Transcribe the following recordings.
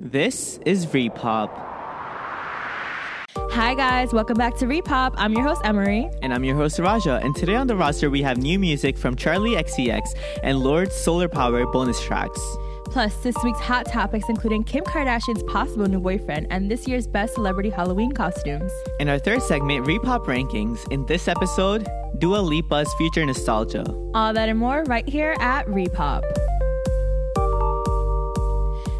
This is Repop, Hi guys, welcome back to Repop. I'm your host Emery. and I'm your host Raja. And today on the roster we have new music from Charlie XCX and Lord Solar Power bonus tracks. Plus, this week's hot topics including Kim Kardashian's possible new boyfriend and this year's best celebrity Halloween costumes. In our third segment, Repop rankings. In this episode, Dua Lipa's future nostalgia. All that and more right here at Repop.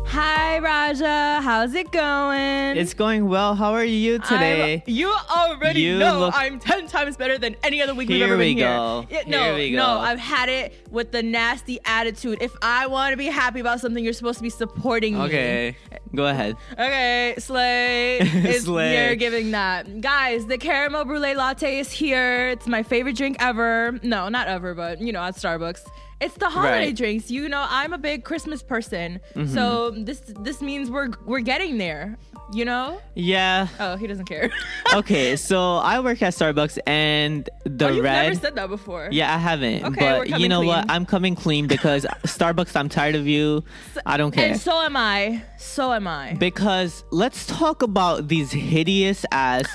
Hi Raja, how's it going? It's going well. How are you today? I'm- you already You know look- I'm ten times better than any other week we've Here ever we been here. go. Yeah, no, Here we go. no, I've had it with the nasty attitude. If I want to be happy about something, you're supposed to be supporting me. okay, go ahead. Okay, Slay is Slay. you're giving that. Guys, the caramel brulee latte is here. It's my favorite drink ever. No, not ever, but you know, at Starbucks. It's the holiday Right. Mm-hmm. drinks. You know, I'm a big Christmas person. So this this means we're we're getting there. You know? Yeah. Oh, he doesn't care. Okay, so I work at Starbucks and the Oh, you've red. never said that before. yeah, I haven't. Okay, we're but you coming know what? clean. I'm coming clean because Starbucks, I'm tired of you. I don't care. And so am I. So am I. because let's talk about these hideous ass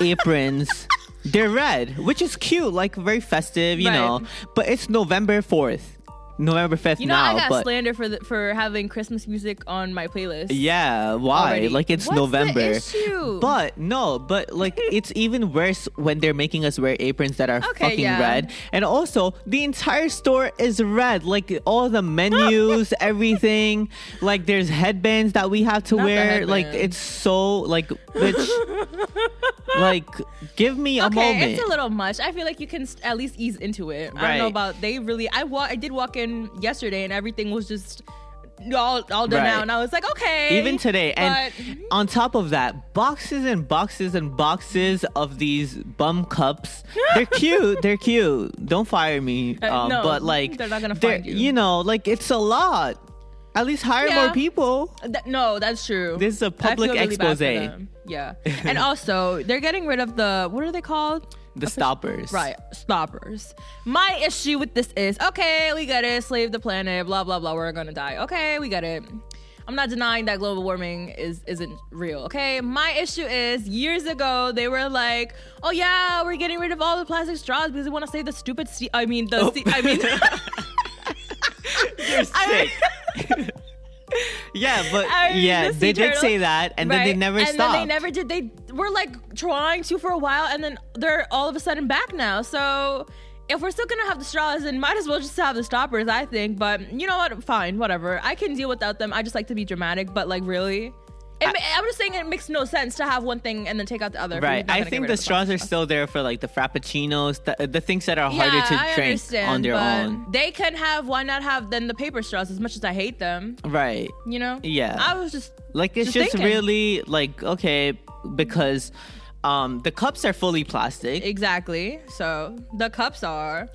aprons. They're red, which is cute, like very festive, you Right. know. But it's November 4th. November 5th You know, now, I got but slander for the, for having Christmas music on my playlist. yeah, why? already. Like it's What's the November. issue? But no, but like it's even worse when they're making us wear aprons that are Okay, fucking yeah. red. And also, the entire store is red. Like all the menus, everything. Like there's headbands that we have to Not the wear. Like headband. it's so like bitch. like give me a okay, moment. it's a little much. I feel like you can st- at least ease into it. I don't Right. know about they really. I wa- I did walk in yesterday and everything was just all all done Right. out, and I was like, okay. even today and but- on top of that boxes and boxes and boxes of these bum cups they're cute they're cute don't fire me Uh, um, no, but like they're not gonna find you. know like it's a lot at least hire Yeah. more people That- no, that's true. This is a I feel public really bad for exposé. them. Yeah, and also they're getting rid of the what are they called? the stoppers Right, stoppers. My issue with this is okay, we get it, slave the planet, blah blah blah, we're gonna die. Okay, we get it. I'm not denying that global warming is isn't real. Okay, my issue is years ago they were like, oh yeah, we're getting rid of all the plastic straws because we want to save the stupid. Sea- I mean the. sea- I mean. you're sick yeah but I mean, yeah the sea they did turtles. say that and then they Right. never and stopped then they never did. They were like trying to for a while, and then they're all of a sudden back now. So if we're still gonna have the straws, then might as well just have the stoppers, I think. But you know what? Fine, whatever. I can deal without them. I just like to be dramatic, but like really. It, ma- I'm just saying it makes no sense to have one thing and then take out the other. if Right, you're not I gonna get think rid the of straws are plastic still there for like the frappuccinos, the, the things that are Yeah, harder to I drink understand, on their but own. They can have. Why not have then the paper straws? As much as I hate them, Right. you know. Yeah. I was just Like it's Just just, thinking. really like okay because um the cups are fully plastic. Exactly. So the cups are.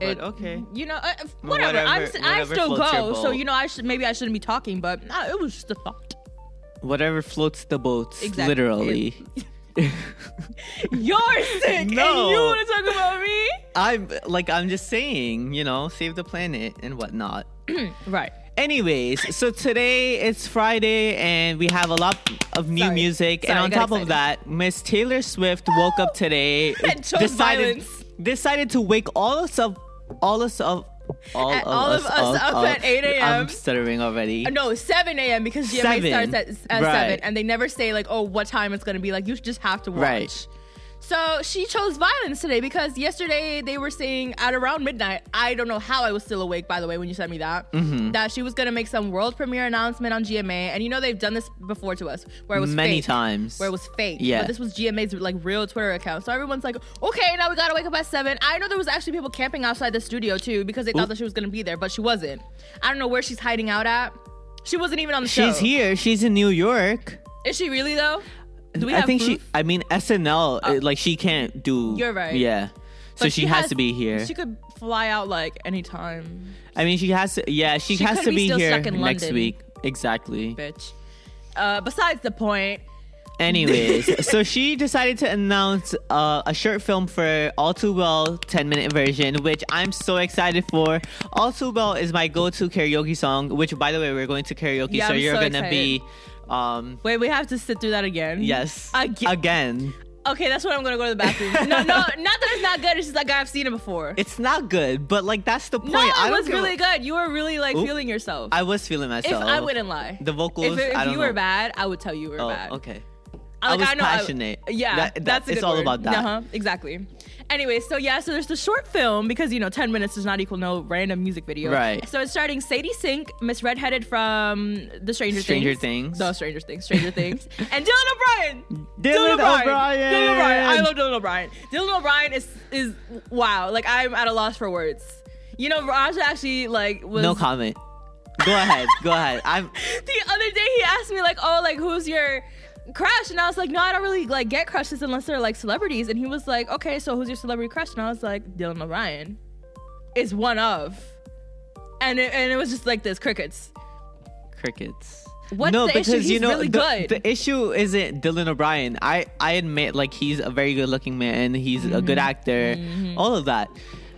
But okay. You know, uh, if- whatever. Whatever- I'm, s I whatever still floats your go. So boat. you know, I should maybe I shouldn't be talking, but nah, it was just a thought. Whatever floats the boats, Exactly. literally. You're sick, and you No. want to talk about me? I'm like I'm just saying, you know, save the planet and whatnot. Right. Anyways, so today it's Friday and we have a lot of new Sorry. music. Sorry, and on got top of excited. that, Miss Taylor Swift woke up today And chose violence. decided to wake all us up, all us up, all, And of, all us of us up at 8 a.m.. I'm stuttering already. Uh, No, 7 a.m. because GMA Seven. starts at, at Right. 7, and they never say, like, oh, what time it's going to be. Like, you just have to watch. Right. So she chose violence today because yesterday they were saying at around midnight, I don't know how I was still awake, by the way, when you sent me that, Mm-hmm. that she was going to make some world premiere announcement on GMA. And you know, they've done this before to us where it was Many fake, times. Where it was fake. Yeah. But this was GMA's like real Twitter account. So everyone's like, okay, now we got to wake up at 7. I know there was actually people camping outside the studio too because they thought that she was going to be there, but she wasn't. I don't know where she's hiding out at. She wasn't even on the show. She's here. She's in New York. Is she really though? Do we I have think proof? she. I mean SNL. uh, like she can't do. You're right. Yeah. So But she, has, to be here. She could fly out like anytime, I mean, she has to. Yeah, she, She has could to be be, still here stuck in next London. week. Exactly. bitch. Uh, besides the point, Anyways, so she decided to announce uh, a short film for All Too Well 10 minute version, which I'm so excited for. All Too Well is my go to karaoke song, which, by the way, we're going to karaoke, Yeah, so I'm you're so gonna be Um, Wait, we have to sit through that again. yes. Again. Again. Okay, that's when I'm gonna go to the bathroom. no, no, not that it's not good. It's just like I've seen it before. It's not good, but like that's the point. no, I it don't was give a- really good. You were really like Oop. feeling yourself. I was feeling if myself. I wouldn't lie, The vocals. if, if I don't you know. were bad, I would tell you were Oh, bad. okay. I, was passionate. yeah, That- that- that's a it's good all word. about that. Uh-huh, exactly. Anyway, so yeah, so there's the short film because you know 10 minutes does not equal no random music video. Right. So it's starting Sadie Sink, Miss Redheaded from The Stranger, Stranger Things. Things. No, Stranger Things. Stranger Things. And Dylan O'Brien. Dylan O'Brien. Dylan O'Brien. I love Dylan O'Brien. Dylan O'Brien is is wow. Like I'm at a loss for words. You know, Raj actually like was No comment. Go ahead. Go ahead. I'm. the other day he asked me like, "Oh, like who's your crush?" And I was like, "No, I don't really like get crushes unless they're like celebrities." And he was like, "Okay, so who's your celebrity crush?" And I was like, "Dylan O'Brien is one of." And it, and it was just like this crickets. crickets. What's no, the issue? because you He's know really the, good. the issue isn't Dylan O'Brien. I I admit like he's a very good looking man. He's a Mm-hmm. good actor. All of that.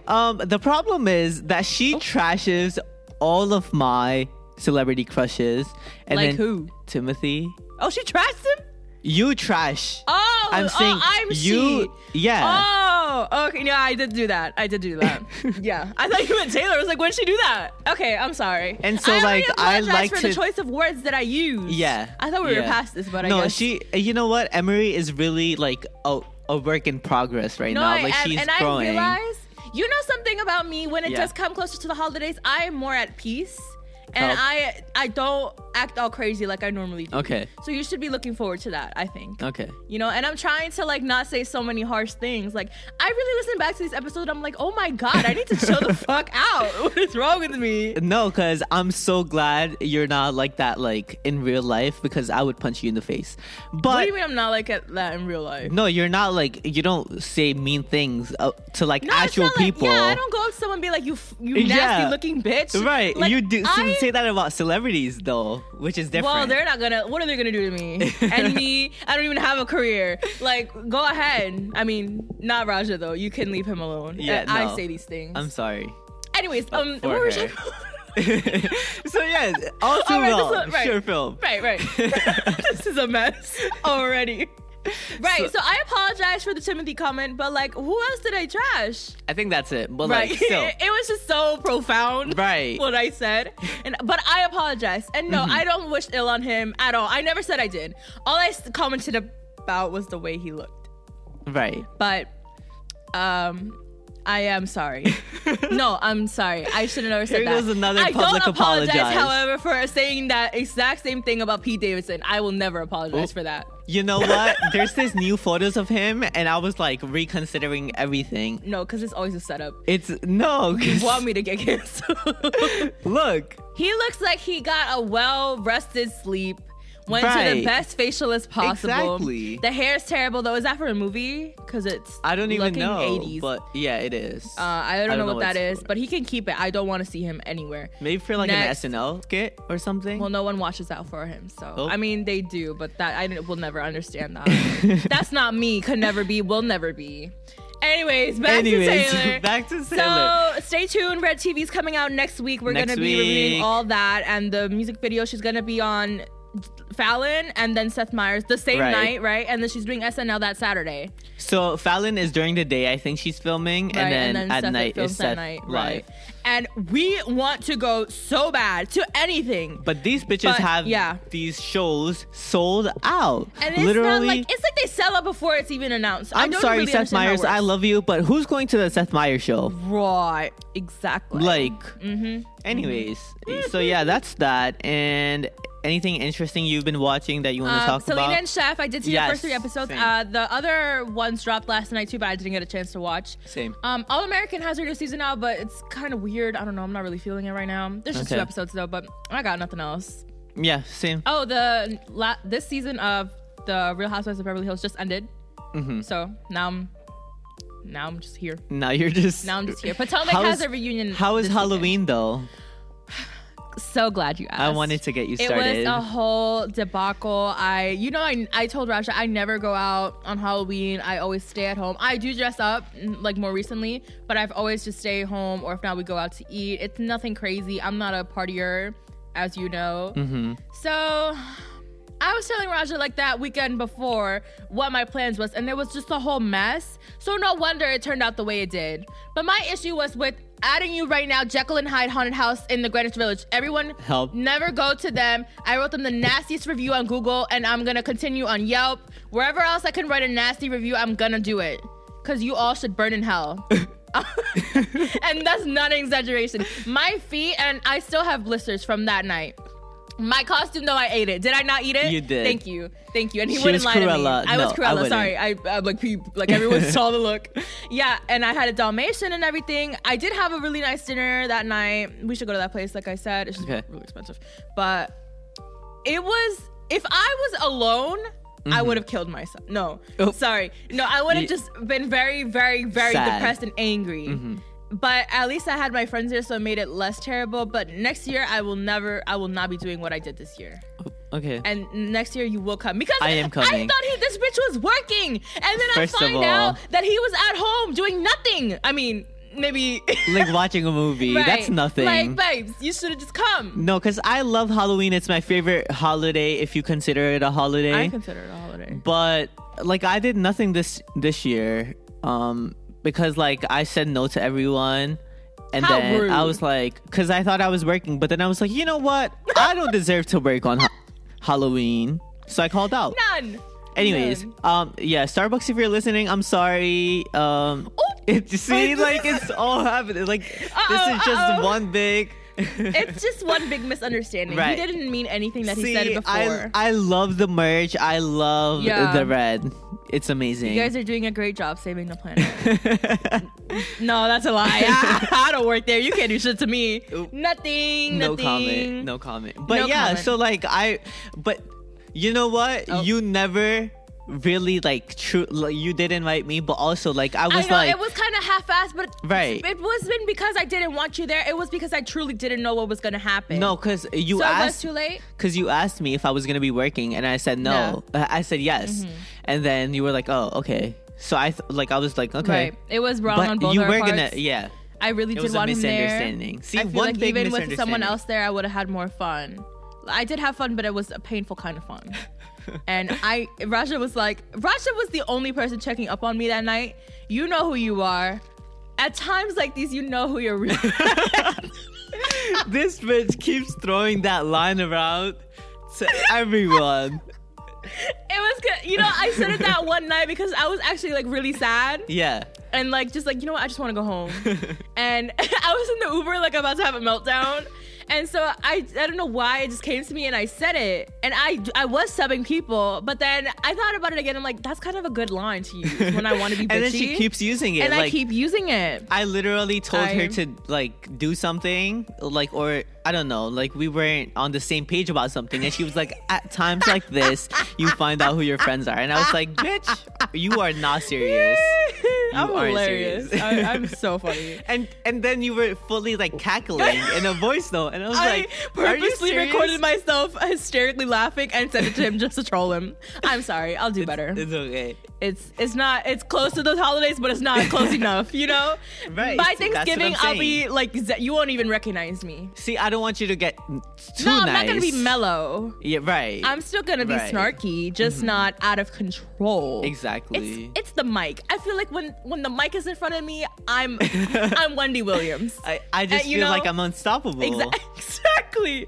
Um, the problem is that she Oh. trashes all of my celebrity crushes. And Like then who? Timothy. Oh, she trashed him. You trash. Oh, I'm saying oh, I'm you. she. Yeah. Oh, okay. Yeah, I did do that. I did do that. yeah, I thought you meant Taylor. I was like, when did she do that? Okay, I'm sorry. And so, I already like, I apologize like for the to- choice of words that I used. Yeah. I thought we were yeah. past this, but I no, guess. she. You know what? Emery is really like a a work in progress right No, now. I Like am, she's and growing. I realize you know something about me. When it Yeah. does come closer to the holidays, I am more at peace, and Help. I I don't act all crazy like I normally do. Oh. Okay. So you should be looking forward to that. I think. Okay. You know, and I'm trying to like not say so many harsh things. Like I really listen back to this episode. I'm like, oh my god, I need to chill the fuck out. What is wrong with me? No, because I'm so glad you're not like that, like in real life, because I would punch you in the face. But what do you mean I'm not like at that in real life? no, you're not like you don't say mean things uh, to like No, it's actual not like- people. Yeah, I don't go up to someone and be like, you, f- you Yeah. nasty looking bitch. Right, Like, you do I- say that about celebrities though, which is different. Well, they're not gonna. What are they gonna do to me? and me, I don't even have a career. Like, go ahead. I mean, not Raja though. You can leave him alone. Yeah, And I no. say these things. I'm sorry. Anyways, um, for where was her. I? so yeah, all too All right, well. this one- right. Sure film. Right, right. this is a mess already. Right, so, So- I apologize for the Timothy comment, but like, who else did I trash? I think that's it. But Right, like still, it, was just so profound. right. What I said, and but I apologize, and Mm-hmm. no, I don't wish ill on him at all. I never said I did. All I s- commented about was the way he looked, Right. but um, I am sorry. no, I'm sorry. I should have never said Here that. goes another I public don't apologize, apologize. however, for saying that exact same thing about Pete Davidson. I will never apologize Oh. for that. You know what? There's this new photos of him, and I was like reconsidering everything. No, because it's always a setup. It's no. 'cause- You want me to get canceled? Look, he looks like he got a well rested sleep. Went to the Right. best facialist possible. Exactly. The hair is terrible though. Is that for a movie? Because it's I don't even looking know, 80s. but yeah, it is. uh, I, don't know what, that it's is. for. But he can keep it. I don't want to see him anywhere. maybe for like Next. an SNL skit or something. Well, no one watches out for him. So Oh. I mean, they do, but that I will never understand that. That's not me. Could never be. Will never be. Anyways, back Anyways, to Taylor. back to Taylor. So stay tuned. Red TV's coming out next week. We're Next gonna be reviewing week. all that and the music video. She's gonna be on Fallon and then Seth Meyers the same Right. night, right? And then she's doing SNL that Saturday, So, Fallon is during the day. I think she's filming, right? and then, at Seth night films is that Seth night, live. right? And we want to go so bad to anything. But these bitches But, have yeah. these shows sold out. And it's Literally, not like it's like they sell out before it's even announced. I I'm don't sorry, really Seth understand how it Meyers. I works. love you, but who's going to the Seth Meyers show? right exactly. Like, Mm-hmm. anyways, so yeah, that's that. And anything interesting you've been watching that you want to um, talk Selena about? and Chef. I did see the Yes, first three episodes. same. Uh, the other ones dropped last night too, but I didn't get a chance to watch. Same. Um, All American has their new season out, but it's kind of weird. I don't know. I'm not really feeling it right now. There's just two Okay. episodes though, but I got nothing else. yeah, same. Oh, the la- this season of the Real Housewives of Beverly Hills just ended. So now I'm now I'm just here. Mm-hmm. Now you're just. Now I'm just here. Potomac How has is- a reunion. How is this weekend. Halloween though? So glad you asked. I wanted to get you It started. was a whole debacle. I, you know, I, I told Rasha I never go out on Halloween. I always stay at home. I do dress up, n- like more recently, but I've always just stay home, or if not, we go out to eat. It's Mm-hmm. nothing crazy. I'm not a partier, as you know. Mhm. So I I was telling Raja like that weekend before what my plans was, and there was just a whole mess. So no wonder it turned out the way it did. But my issue was with adding you right now, Jekyll and Hyde Haunted House in the Greenwich Village. Everyone Help. Never go to them. I wrote them the nastiest review on Google, and I'm gonna continue on Yelp. Wherever else I can write a nasty review, I'm gonna do it. Cause you all should burn in hell. and that's not an exaggeration. My feet and I still have blisters from that night. My costume, though, I ate it. Did I not eat it? You did. Thank you, thank you. And he She wouldn't was lie Cruella. to me. I was No, I Cruella. wouldn't. sorry, I, I like peep, like everyone saw the look. Yeah, and I had a Dalmatian and everything. I did have a really nice dinner that night. We should go to that place, like I said. It's just Okay. really expensive, but it was. If I was alone. I would have killed myself. No, Mm-hmm. Oh. sorry. No, I would have Ye- just been very, very, very Sad. Mm-hmm. depressed and angry. But at least I had my friends here, so it made it less terrible. But next year, I will never, I will not be doing what I did this year. Okay. And next year, you will come because I am I coming. thought he, this bitch was working, and then First I of find all- out that he was at home doing nothing. I mean, maybe like watching a movie. That's Right. nothing. Like, babes, you should have just come. no, because I love Halloween. It's my favorite holiday, if you consider it a holiday. I consider it a holiday. but like I did nothing this this year, um, because like I said no to everyone, and How then I rude. was like, because I thought I was working, but then I was like, you know what? I don't deserve to work on ha- Halloween, so I called out. None. Anyways, None. um, yeah, Starbucks, if you're listening, I'm sorry. Um, Oh, it, see, like it's all happening. Like Uh-oh, this is just uh-oh. one big. it's just one big misunderstanding. Right. He didn't mean anything that he See, said before. I I love the merch. I love Yeah. the red. It's amazing. You guys are doing a great job saving the planet. no, that's a lie. I, I don't work there. You can't do shit to me. Oop. Nothing. no nothing. comment no comment but No yeah comment. so like i but you know what Oh. you never really like true like, you did invite me but also like i was I know like it was kind of half-assed, but Right. it wasn't because I didn't want you there. It was because I truly didn't know what was gonna happen. no because you so it was asked too late. because you asked me if i was gonna be working and i said no, Uh, i I said yes Mm-hmm. and then you were like oh okay so i th- like i was like okay Right, it was wrong on but both you our were parts. gonna yeah I really it did was a want him there. misunderstanding see I feel one like big even with someone misunderstanding. else there, I would have had more fun. I did have fun, but it was a painful kind of fun. and I, Raja was like, Raja was the only person checking up on me that night. You know who you are. At times like these, you know who you're. Re- this bitch keeps throwing that line around to everyone it was good, you know. I said it that one night because I was actually like really sad yeah and like just like you know what, I just want to go home. and I was in the Uber like about to have a meltdown. And so I I don't know why it just came to me and I said it. And I I was subbing people, but then I thought about it again. I'm like, that's kind of a good line to use when I want to be bitchy. and then she keeps using it. and like, I keep using it. I literally told her I- to like do something, like or I don't know, like we weren't on the same page about something, and she was like, "At times like this, you find out who your friends are," and I was like, "Bitch, you are not serious." I'm are hilarious. serious. I, I'm so funny. And and then you were fully like cackling in a voice note, and I was I like, "Are you purposely serious?" recorded myself hysterically laughing and sent it to him just to troll him. I'm sorry. I'll do better. It's okay. it's it's not it's close to those holidays, but it's not close enough, you know. Right, By see, that's what I'm Thanksgiving, I'll be saying. like ze- you won't even recognize me. See, I don't want you to get too no, nice. I'm not gonna be mellow. Yeah, right. I'm still gonna be Right. Mm-hmm. snarky, just not out of control. exactly. It's it's the mic. I feel like when when the mic is in front of me, I'm I'm Wendy Williams. I, I just uh, you feel know, like I'm unstoppable. Exa- exactly.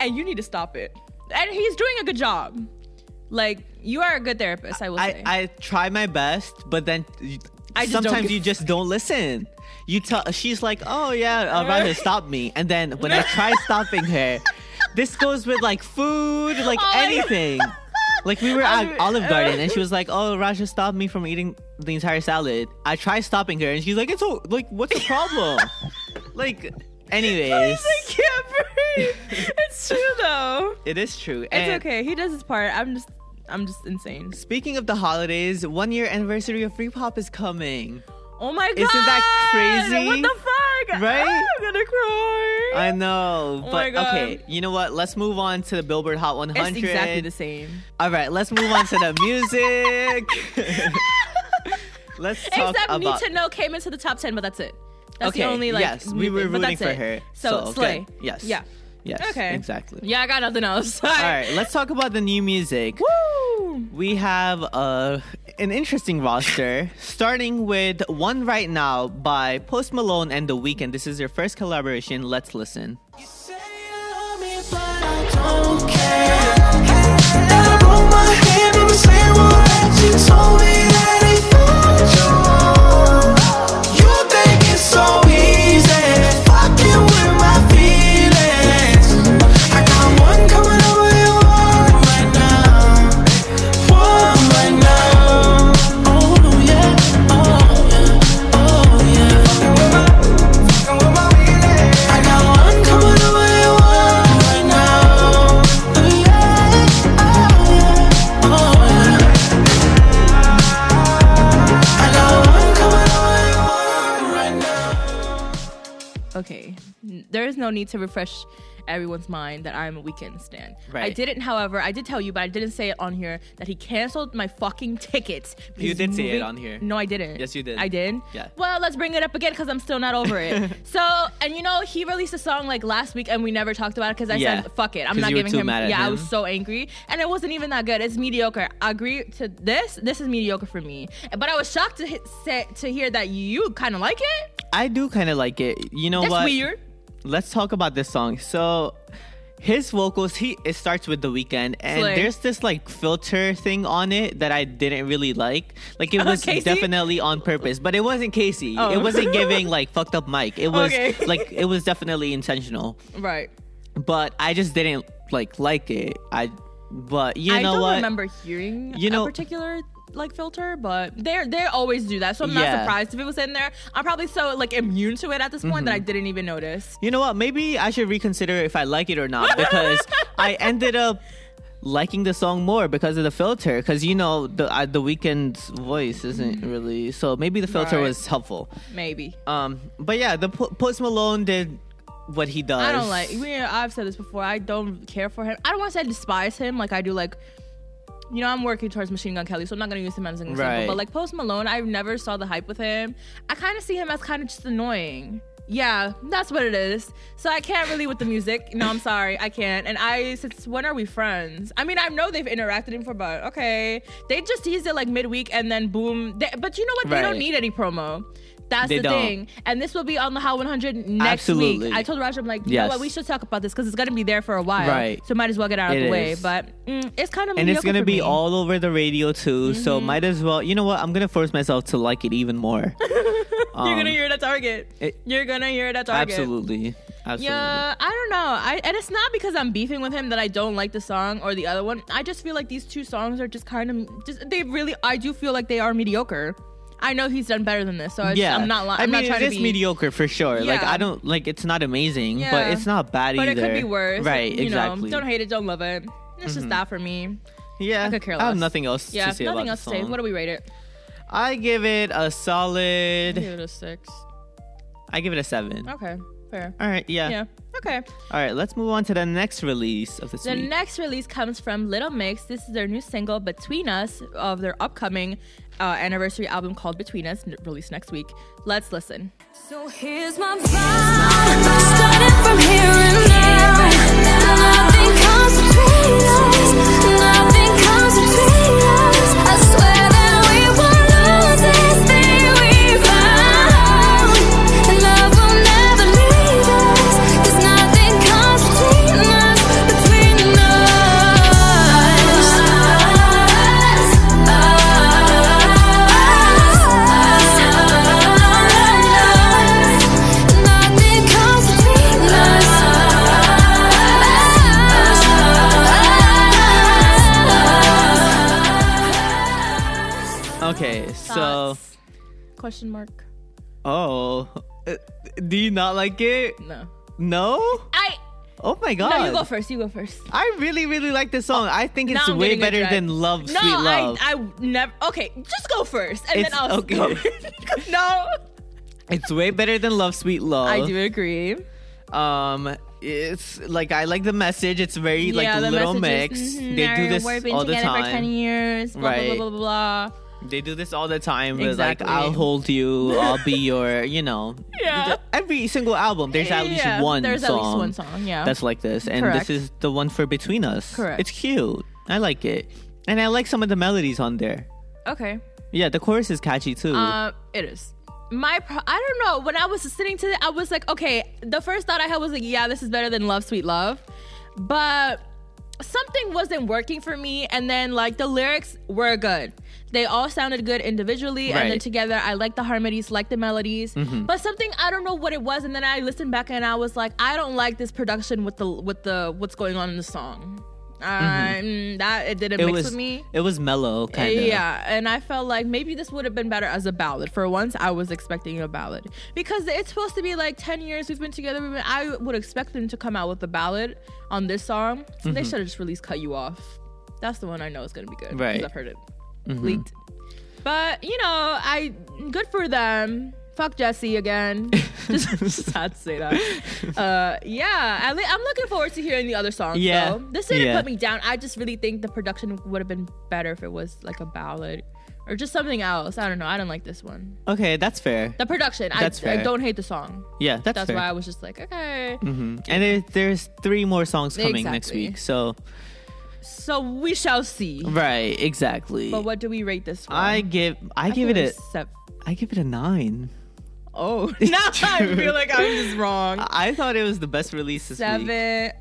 And you need to stop it. And he's doing a good job. Like you are a good therapist, I will I, say. I try my best, but then you- I just don't sometimes give- you just don't listen. You tell she's like, "Oh yeah, uh, Raja, stop me," and then when I try stopping her, this goes with like food, like Oh my God. anything. Like we were at I'm- Olive Garden, and she was like, "Oh, Raja, stop me from eating the entire salad." I try stopping her, and she's like, "It's all, like, what's the problem?" like, anyways, I can't breathe. it's true though. it is true. It's And okay. He does his part. I'm just I'm just insane. Speaking of the holidays, one year anniversary of Free Pop is coming. Oh my god. Isn't that crazy? What the fuck? Ah, Right? I'm gonna cry. I know, Oh my but God. okay. You know what? Let's move on to the Billboard Hot 100. it's exactly the same. All right, let's move on to the music. let's talk Except about. Need to Know came into the top ten, but that's it. That's Okay, the only like yes, we were movement, but rooting that's for her, it. So, so, slay. good. Yes. Yeah. Yes. Okay. Exactly. Yeah, I got nothing else. All right. Let's talk about the new music. Woo! We have uh, an interesting roster, starting with one right now by Post Malone and The Weeknd. This is their first collaboration. Let's listen. You say you love me, but I don't care. And I broke my hand on the same one that you told me that it put you on. You think it's so easy, fucking with my feelings. I got one coming over your one right now, one right now. Oh yeah, oh yeah, oh yeah. Fucking with my, fucking with my feelings. I got one coming over your one right now. Oh yeah, oh yeah, oh yeah. I got one coming over your one right now. Okay. N- There is no need to refresh everyone's mind that I'm a weekend stan. I Right. didn't, however, I did tell you, but I didn't say it on here that he canceled my fucking tickets. You He's did say it on here. No, I didn't. Yes, you did. I did. Yeah. Well, let's bring it up again because I'm still not over it. so, and you know, he released a song like last week, and we never talked about it because I Yeah. said, "Fuck it, I'm 'Cause not you were giving too him." mad at yeah, I him. was so angry, and it wasn't even that good. It's mediocre. I agree to this. This is mediocre for me. But I was shocked to hit, say, to hear that you kind of like it. I do kind of like it. You know That's what? weird. Let's talk about this song. So, his vocals, he it starts with the weekend, and Slay. there's this like filter thing on it that I didn't really like. Like it was Oh, Casey? definitely on purpose, but it wasn't Casey. Oh. It wasn't giving like fucked up Mike. It was Okay. like it was definitely intentional, Right. but I just didn't like like it. I, but you I know don't what? remember hearing You know- a particular like filter, but they they always do that. So I'm not Yeah. surprised if it was in there. I'm probably so like immune to it at this point that Mm-hmm. I didn't even notice. you know what? Maybe I should reconsider if I like it or not because I ended up liking the song more because of the filter. Because you know the uh, the weekend's voice isn't really so. Maybe the filter Mm-hmm. Right. was helpful. Maybe. Um, but yeah, the Po- Post Malone did what he does. I don't like. We, I've said this before. I don't care for him. I don't want to say I despise him. Like I do. Like you know, I'm working towards Machine Gun Kelly, so I'm not gonna use him as an example. Right. But like Post Malone, I never saw the hype with him. I kind of see him as kind of just annoying. Yeah, that's what it is. So I can't really with the music. No, I'm sorry, I can't. And I since when are we friends? I mean, I know they've interacted in for, but okay, they just teased it like midweek and then boom. They, but you know what? They don't Right. need any promo. That's They the don't. thing. And this will be on the How 100 next Absolutely. week. I told Roger, I'm like, you know Yes. what? We should talk about this because it's gonna be there for a while. Right. So might as well get out of It the way. is. But mm, it's kind of and it's mediocre gonna for be me. Mm-hmm. all over the radio too. So might as well. You know what? I'm gonna force myself to like it even more. You're gonna hear it at Target. um, it- You're gonna hear it at Target. Absolutely. Absolutely. Yeah, I don't know. I and it's not because I'm beefing with him that I don't like the song or the other one. I just feel like these two songs are just kind of just they really. I do feel like they are mediocre. I know he's done better than this, so I just, I'm not. Li- I'm I mean, not trying it is to be mediocre for sure. Like Yeah. I don't like it's not amazing, Yeah. but it's not bad but either. it could be worse. Right? You exactly. know, don't hate it, don't love it. It's just that for me. yeah, I could care I have less. nothing else Yeah, to say nothing about else the to say. song. What do we rate it? I give it a solid. Give it a six. I give it a seven. Okay, fair. All right. Yeah. Yeah. Okay. All right. Let's move on to the next release of this The week. next release comes from Little Mix. This is their new single, Between Us, of their upcoming uh, anniversary album called Between Us, n- released next week. Let's listen. So here's my vibe, starting from here and now. Nothing comes between us, nothing comes between us. I swear that we won't lose this thing we found. And love will never leave us, 'cause nothing comes between us, between us. Nothing comes between us. Okay. So, Thoughts? question mark. oh, Uh, do you not like it? No. No. I. Oh my god. No, you go first. You go first. I really, really like this song. I think Now it's I'm way getting a better drag. than Love, No, Sweet Love. I, I never. Okay, just go first, and It's- then I'll okay. go. no, Oh. It's way better than Love, Sweet Love. I do agree. Um, it's like I like the message. It's very like the little message is, mix. mhm, They Ari, do We've this been all the together for ten time. years. Blah, Right. blah blah blah blah. They do this all the time. with, Exactly. Like I'll hold you. I'll be your. You know. Yeah. Every single album, there's at least Yeah, one. there's at song least one song, yeah. That's like this, and Correct. this is the one for Between Us. Correct. It's cute. I like it, and I like some of the melodies on there. Okay. Yeah, the chorus is catchy too. Um, it is. My, pro- I don't know. When I was listening to it, I was like, okay. The first thought I had was like, yeah, this is better than Love, Sweet Love, but something wasn't working for me. And then like the lyrics were good. They all sounded good individually, and then Right. Mm-hmm. together, I liked the harmonies, liked the melodies. But something I don't know what it was. And then I listened back, and I was like, I don't like this production with the with the what's going on in the song. Um, that it didn't Mm-hmm. it mix was with me. it was mellow kind of. Yeah, and I felt like maybe this would have been better as a ballad. For once, I was expecting a ballad because it's supposed to be like ten years we've been together. We've been, I would expect them to come out with a ballad on this song. So They should have just released "Cut You Off." That's the one I know is gonna be good. 'cause Right. I've heard it leaked. But you know, I good for them. Fuck Jesse again. just, just had to say that. Uh, yeah, I li- I'm looking forward to hearing the other songs. Yeah. though. this didn't Yeah. put me down. I just really think the production would have been better if it was like a ballad or just something else. I don't know. I don't like this one. Okay, that's fair. The production. That's I, I fair. don't hate the song. yeah, that's, That's fair. why I was just like, okay. Mhm. And it, there's three more songs coming next Mm-hmm. Exactly. week. So So we shall see. right, exactly. But what do we rate this one? I give I, give it feel a like sev- I give it a nine. Oh, now I feel like I'm just wrong. I I thought it was the best release this week. Seven.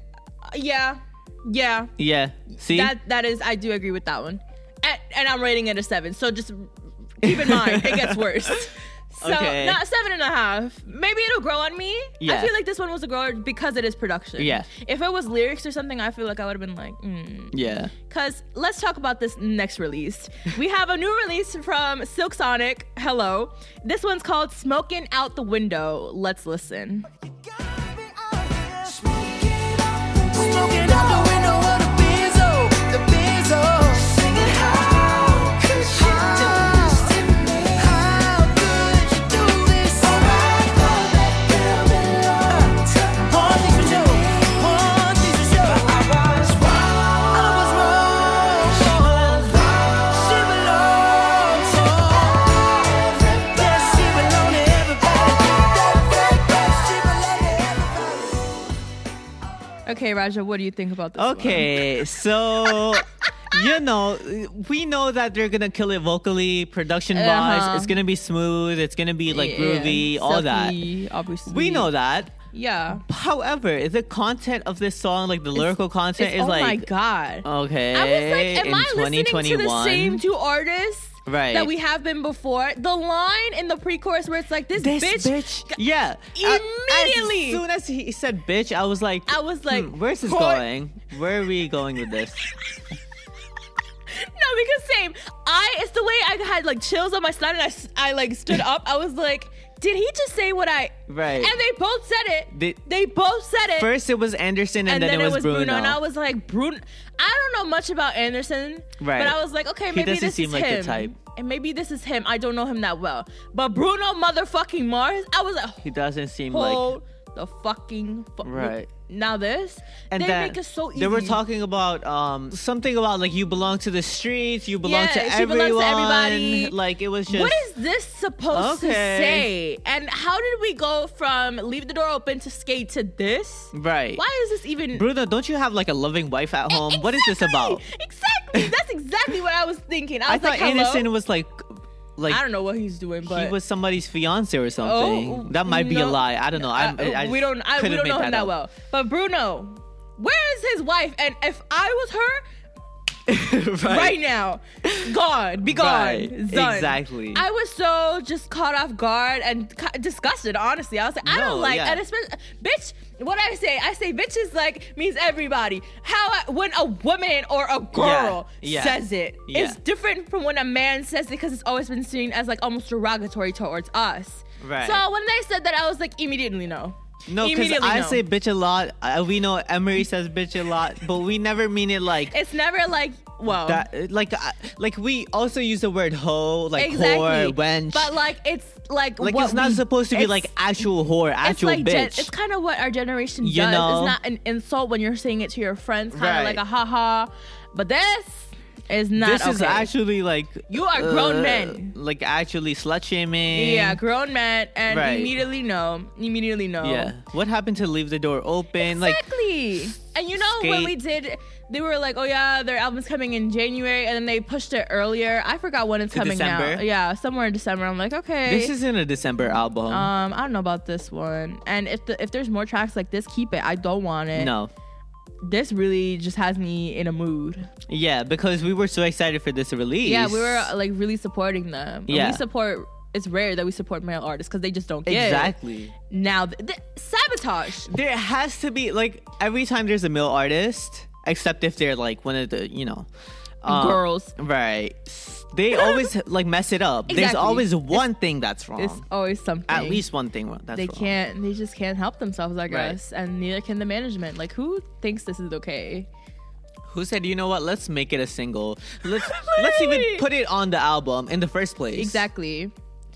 Uh, Yeah, yeah. Yeah. See, That that is. I do agree with that one. And, and I'm rating it a seven. So just keep in mind, it gets worse. So Okay. not seven and a half. Maybe it'll grow on me. I Yeah. feel like this one was a grower because it is production. Yeah. If it was lyrics or something, I feel like I would have been like, mm. yeah. Cause let's talk about this next release. We have a new release from Silk Sonic. Hello. This one's called Smoking Out the Window. Let's listen. Smoking out the window of the Benzo, the Benzo. Singing how could you do this to me? How could you do this? Alright, all that girl belong to One thing's for sure, one thing's for sure. I was wrong, I was wrong. She belongs, she belongs to everybody. Yeah, she belongs to everybody. That fake bitch, she belongs to everybody. Okay, Raja, what do you think about this? one? Okay, so you know, we know that they're gonna kill it vocally, production wise. Uh-huh. It's gonna be smooth. It's gonna be like groovy, all that. Silky, obviously. We know that. Yeah. However, the content of this song, like the lyrical content, It's- is oh my like god. okay. I was like, am in I listening to the 2021, same two artists Right. that we have been before? The line in the pre-chorus where it's like, this, this bitch, yeah. I- Immediately. as soon as he said "bitch," I was like, I was like, "Hmm, "Where's this "What?" going? Where are we going with this?" No, because same. I it's the way I had like chills on my spine and I, s- I like stood up. I was like, did he just say what I? Right. And they both said it. They- they both said it. First, it was Anderson, and, and, then, it was Bruno. and I Bruno. was like, Bruno. I don't know much about Anderson, Right. But I was like, okay, He maybe doesn't this seem is like the him, type. and maybe this is him. I don't know him that well, but Bruno motherfucking Mars. I was like, he doesn't seem like hold the fucking fu- Right. now this and they then make it so easy. They were talking about um something about like you belong to the streets, you belong Yeah, to she belongs everyone. to everybody. Like it was just What is this supposed to Okay. say? And how did we go from leave the door open to skate to this? right. Why is this even Bruno, don't you have like a loving wife at home? What is this about? Exactly! Exactly. That's exactly what I was thinking. I I was thought like, hello? Anderson was like like I don't know what he's doing, but Oh, he was somebody's fiance or something. that might be a no. lie. I don't know. I'm- I, Uh, I we don't. I, we couldn't don't make know him that up. well. But Bruno, where is his wife? And if I was her right. right now, gone, be gone, Right. done. Exactly. I was so just caught off guard and ca- disgusted. Honestly, I was like, I No, don't like, yeah. and especially, bitch. What I say, I say, bitch is like means everybody. How I, when a woman or a girl Yeah. says it, Yeah. it's different from when a man says it because it's always been seen as like almost derogatory towards us. Right. So when they said that, I was like, immediately no. No, because Immediately I no. say bitch a lot. Uh, we know Emery says bitch a lot, but we never mean it like It's never like, well, that uh, like I- like we also use the word hoe like exactly. whore wench But like, it's like, like what it's not we- supposed to be it's- like actual whore It's actual like bitch gen- it's kind of what our generation You does. know? It's not an insult when you're saying it to your friends, kind of Right. like a haha. But this, It's not this is okay. actually like uh, You are grown men. Like actually slut shaming. yeah, grown man, and Right. immediately no, immediately no. Yeah. What happened to leave the door open? Like Exactly. and you know when skate- we did, they were like, "Oh yeah, their album's coming in January," and then they pushed it earlier. I forgot when it's To coming now. December? Yeah, somewhere in December. I'm like, okay. this isn't a December album. um, I don't know about this one. And if the, if there's more tracks like this, keep it. I don't want it. no. This really just has me in a mood. Yeah, because we were so excited for this release. Yeah, we were uh, like really supporting them. And Yeah. We support. It's rare that we support male artists because they just don't get it. Exactly. Now, th- th- sabotage. There has to be like every time there's a male artist, except if they're like one of the you know um, Girls. Right. They always like mess it up. There's Exactly. always one thing that's wrong. It's always something. uh, At least one thing wrong- that's they wrong. can't they just can't help themselves i guess and neither can the management like who thinks this is okay Who said, you know what? Let's make it a single. Let's let's even Literally. put it on the album in the first place. exactly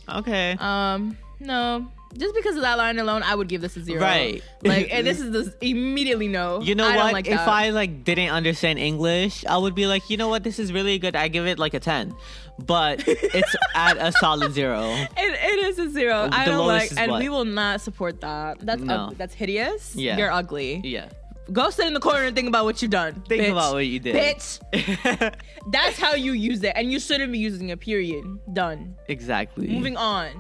Okay. um no just because of that line alone i would give this a zero Right. like and this is the immediately no you know I what? don't like if that. I like didn't understand English, I would be like, you know what? This is really good. I give it like a ten, but it's at a solid zero. it, it is a zero i The don't lowest like is and what? we will not support that that's No. ugly. that's hideous Yeah. you're ugly Yeah. go sit in the corner and think about what you've done Think bitch. about what you did. bitch that's how you use it and you shouldn't be using it period done exactly. moving on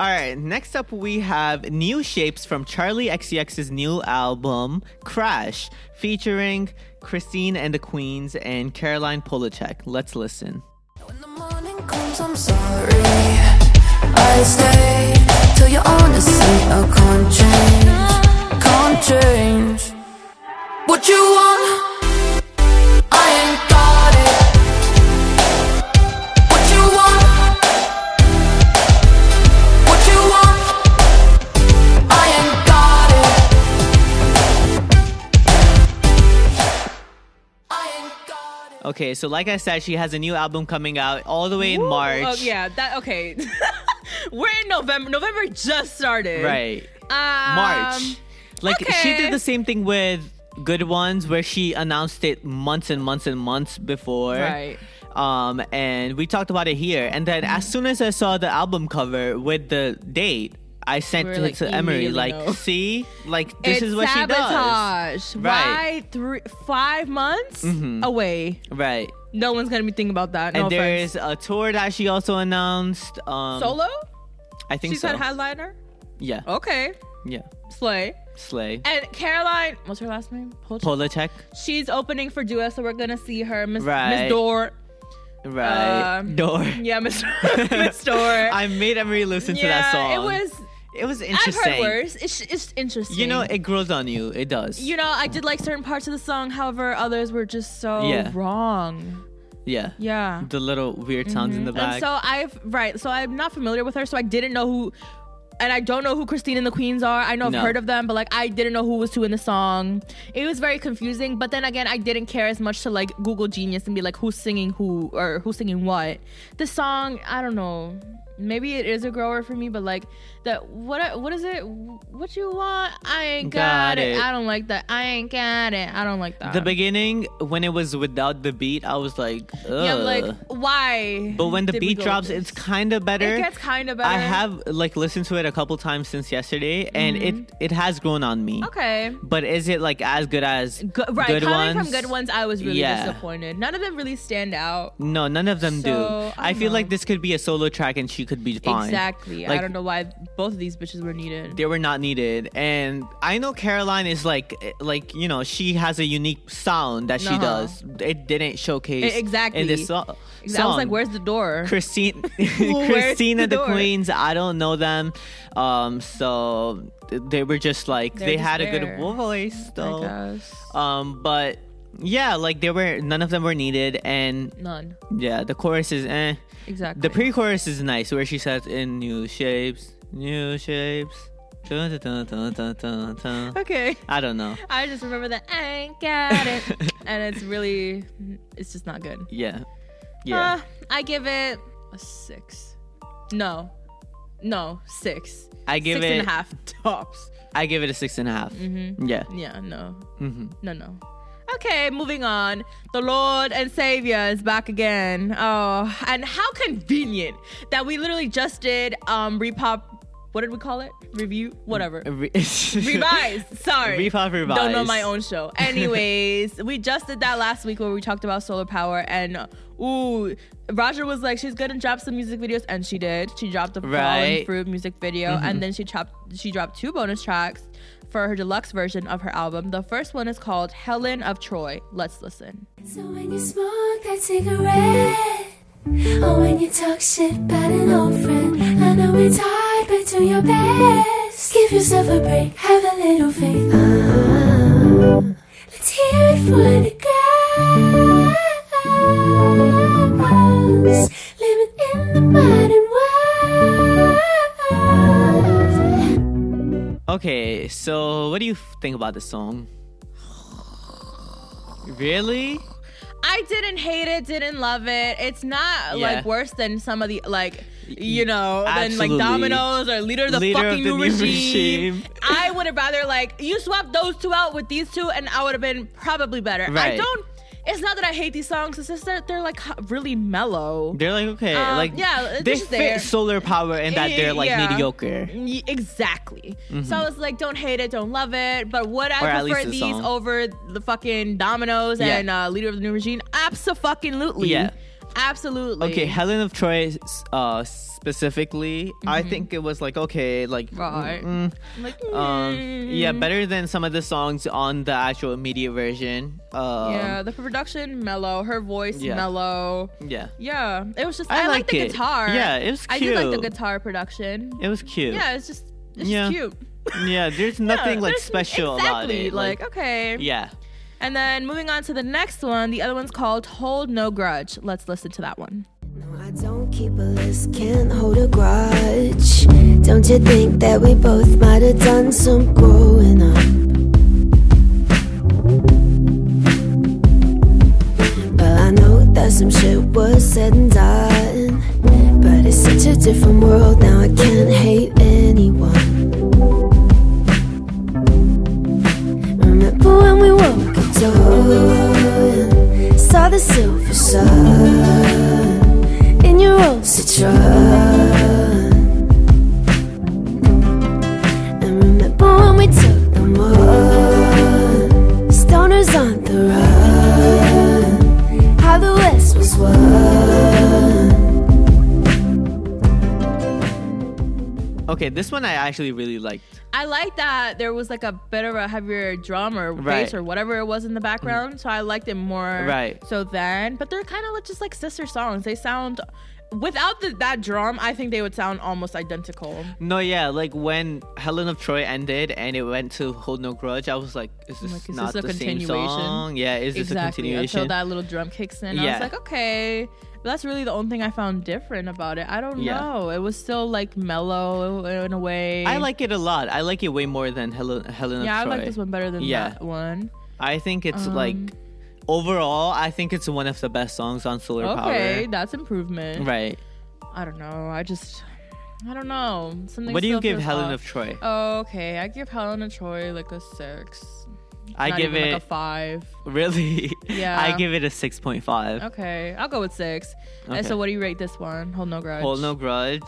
All right. Next up, we have new shapes from Charlie XCX's new album Crash, featuring Christine and the Queens and Caroline Polachek. Let's listen. When the morning comes, I'm sorry. I stay till you're honestly I can't change. Can't change. What you want? I ain't got it. What you want? What you want? I ain't got it. I ain't got it. Okay, so like I said, she has a new album coming out all the way in Ooh, March. Oh yeah, that okay. We're in November. November just started. Right. Um, March. like she okay. did the same thing with Good Ones where she announced it months and months and months before. Right. Um and we talked about it here and then as soon as I saw the album cover with the date, I sent We were it like, to Emery immediately like, no. "See? Like this It's is what she sabotage. Why Right. three, five months away? does." Right. No one's gonna be thinking about that. No and there offense. is a tour that she also announced. Um solo. I think She's so. had headliner. yeah. Okay, Yeah. slay. Slay. And Caroline, what's her last name? Polch- Polachek. She's opening for Dua, so we're gonna see her, Miss Right. Miss Door. Right. Um, Door. Yeah, Miss Miss Door. I made Emery listen to that yeah, song. it was. It was I've interesting. heard worse. It's, it's interesting. You know, it grows on you. It does. you know, I did like certain parts of the song. However, others were just so Yeah. wrong. yeah. Yeah. The little weird sounds in the Mm-hmm. back. And so I've right. So I'm not familiar with her. So I didn't know who, and I don't know who Christine and the Queens are. I know I've No. heard of them, but like I didn't know who was who in the song. It was very confusing. But then again, I didn't care as much to like Google Genius and be like who's singing who or who's singing what. The song, I don't know. Maybe it is a grower for me, but like that. What what is it? What you want? I ain't Got got, it. it. I don't like that. I ain't got it. I don't like that. the beginning, when it was without the beat, I was like, Ugh. Yeah, I'm like why? but when the did we beat go with drops, this? it's kind of better. It gets kind of better. I have like listened to it a couple times since yesterday, and it it has grown on me. Mm-hmm. okay. But is it like as good as Go- right, good coming ones? from good ones, I was really Yeah. disappointed. None of them really stand out. No, none of them do. So, I I, don't feel know. like this could be a solo track, and she could be fine. Exactly. I Like, don't know why both of these bitches were needed. they were not needed and i know caroline is like like you know she has a unique sound that she Uh-huh. does it didn't showcase E- exactly. in this so- I song was like, "Where's the door?" christine Where's christina the the, door? queens i don't know them um so th- they were just like They're they just had there, Oh a good voice I though guess. um but yeah like they were none of them were needed and None. yeah the chorus is eh Exactly. the pre-chorus is nice, where she says, "In new shapes, new shapes." Dun, dun, dun, dun, dun, dun, dun. okay. I don't know. I just remember that I ain't got it, and it's really, it's just not good. Yeah, yeah. Uh, I give it a six. No, no six. I give six it. and a half Mm-hmm. tops. I give it a six and a half. Yeah, Yeah, no, hmm no, no. Okay, moving on. The Lord and Savior is back again. Oh, and how convenient that we literally just did um repop. What did we call it? Review? Whatever. Re- Revised. Sorry. Repop revised. Don't know my own show. Anyways, we just did that last week where we talked about solar power and uh, ooh, Roger was like, she's gonna drop some music videos, and she did. She dropped the Fallen Right. Fruit music video, and then she chopped, she dropped two bonus tracks for her deluxe version of her album. The first one is called Helen of Troy. Let's listen. So when you smoke that cigarette, or when you talk shit about an old friend, I know it's hard, but do your best. Give yourself a break, have a little faith. Ah, let's hear it for the girls living in the modern world. Okay, so what do you f- think about this song? Really? I didn't hate it, didn't love it. It's not Yeah. like worse than some of the like, you know, than Absolutely. like Domino's or Leader of the Leader of fucking the new, New regime. Regime. I would have rather like you swap those two out with these two, and I would have been probably better. I Right. don't. It's not that I hate these songs. It's just that they're like really mellow. They're like okay, Um, like yeah, they this is fit there. solar power in that they're like Yeah. mediocre. Y- Exactly. So I was like, don't hate it, don't love it, but would Mm-hmm. Or I at prefer least the these song. over the fucking Dominoes Yeah. and uh, Leader of the New Regime? Absolutely. Yeah. Absolutely. Okay, Helen of Troy uh, specifically, I Mm-hmm. think it was like okay, like Right. mm, Like, um, yeah, mm. better than some of the songs on the actual immediate version. Um, yeah, the production mellow, her voice Yeah. mellow. yeah, Yeah, it was just I I, like like the it. guitar. Yeah, it was I do like the cute. guitar production. it was cute. Yeah, it's just it's Yeah. just cute. Yeah, there's Yeah, nothing like there's- special about exactly, it. Like, oh. okay. yeah. And then moving on to the next one, the other one's called Hold No Grudge. Let's listen to that one. No, I don't keep a list, can't hold a grudge. Don't you think that we both might have done some growing up? Well, I know that some shit was said and done, but it's such a different world now. I can't hate anyone. Remember when we walked the door and saw the silver sun? in your old Citroen. And remember when we took the on, stoners on the run, how the West was won. Okay, this one I actually really liked. I like that there was like a bit of a heavier drum or bass Right. or whatever it was in the background, so I liked it more. Right. So then, but they're kind of just like sister songs. They sound without the, that drum, I think they would sound almost identical. No, yeah, like when Helen of Troy ended and it went to Hold No Grudge, I was like, is this Like, is this not a the same continuation? song? Yeah, is this a exactly. continuation? Until that little drum kicks in, I Yeah. was like, okay. But that's really the only thing I found different about it. I don't Yeah. know. It was still like mellow in a way. I like it a lot. I like it way more than Helen, Helen Eh. Yeah, I of Troy. like this one Um, better than Yeah. that one. I think it's like overall, I think it's one of the best songs on Solar Okay, Power. that's improvement. Right. I don't know. I just, I don't know. Something. what do still you give feels Helen off. Oh, of Troy? okay, I give Helen of Troy like a six. I Not give even, it like a five. really. Yeah. I give it a six point five. Okay, I'll go with six. And Okay. so, what do you rate this one? Hold no grudge. Hold No Grudge.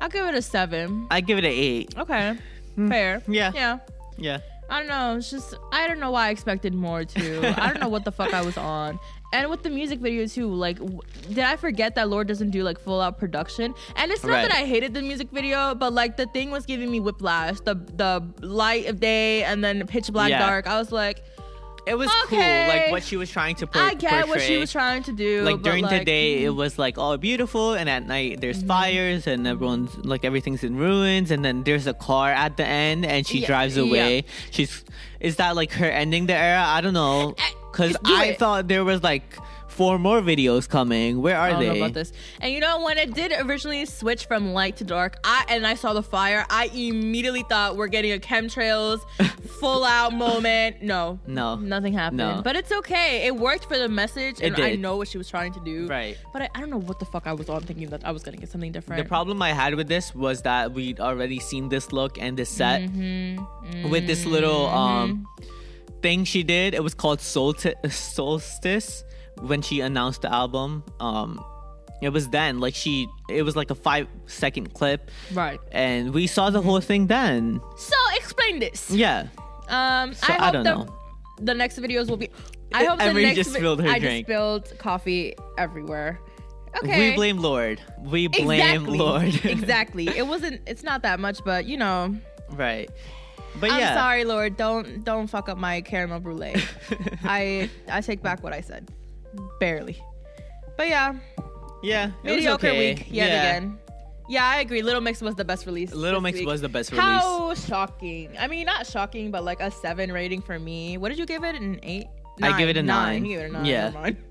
I'll give it a seven. I give it an eight. Okay, fair. Hmm. Yeah. Yeah. Yeah. I don't know. It's just I don't know why I expected more too. I don't know what the fuck I was on. And with the music video too, like, w- did I forget that Lord doesn't do like full out production? And it's not Right. that I hated the music video, but like the thing was giving me whiplash. The the light of day and then pitch black Yeah. dark. I was like, It was Okay. cool, like what she was trying to put. I get what she was trying to do. like but, mm, hmm. during the day it was like all beautiful and at night there's Mm-hmm. fires and everyone's like everything's in ruins and then there's a car at the end and she Yeah, drives yeah. away she's is that like her ending the era i don't know because Eh, do i it. thought there was like four more videos coming where are I don't they know about this. And you know when it did originally switch from light to dark, I and I saw the fire, I immediately thought we're getting a chemtrails full out moment. No. No. Nothing happened. No. But it's okay. It worked for the message and I did. know what she was trying to do. Right. But I, I don't know what the fuck I was on thinking that I was gonna get something different. the problem i had with this was that Mm-hmm. we'd already seen this look and this set with this little um thing she did. It was called Solti- Solstice when she announced the album. Um, it was then like she. It was like a five second clip, Right. and we saw the whole thing then. So explain this. Yeah. Um, Mm. So I hope I don't the, know. the next videos will be. I hope the Emery next. just spilled her I drink. just spilled coffee everywhere. Okay. We blame Lord. We blame exactly. Lord. exactly. It wasn't. It's not that much, but you know. right. But I'm yeah. sorry, Lord. Don't don't fuck up my caramel brulee. I I take back what I said. Barely. But yeah, Yeah. It was mediocre okay. week yet again. Yeah, I agree. Little Mix was the best release. Little this Mix week. was the best release. How shocking! I mean, not shocking, but like a seven rating for me. What did you give it? An eight? I give it a nine. You gave it a nine. Yeah. Never mind.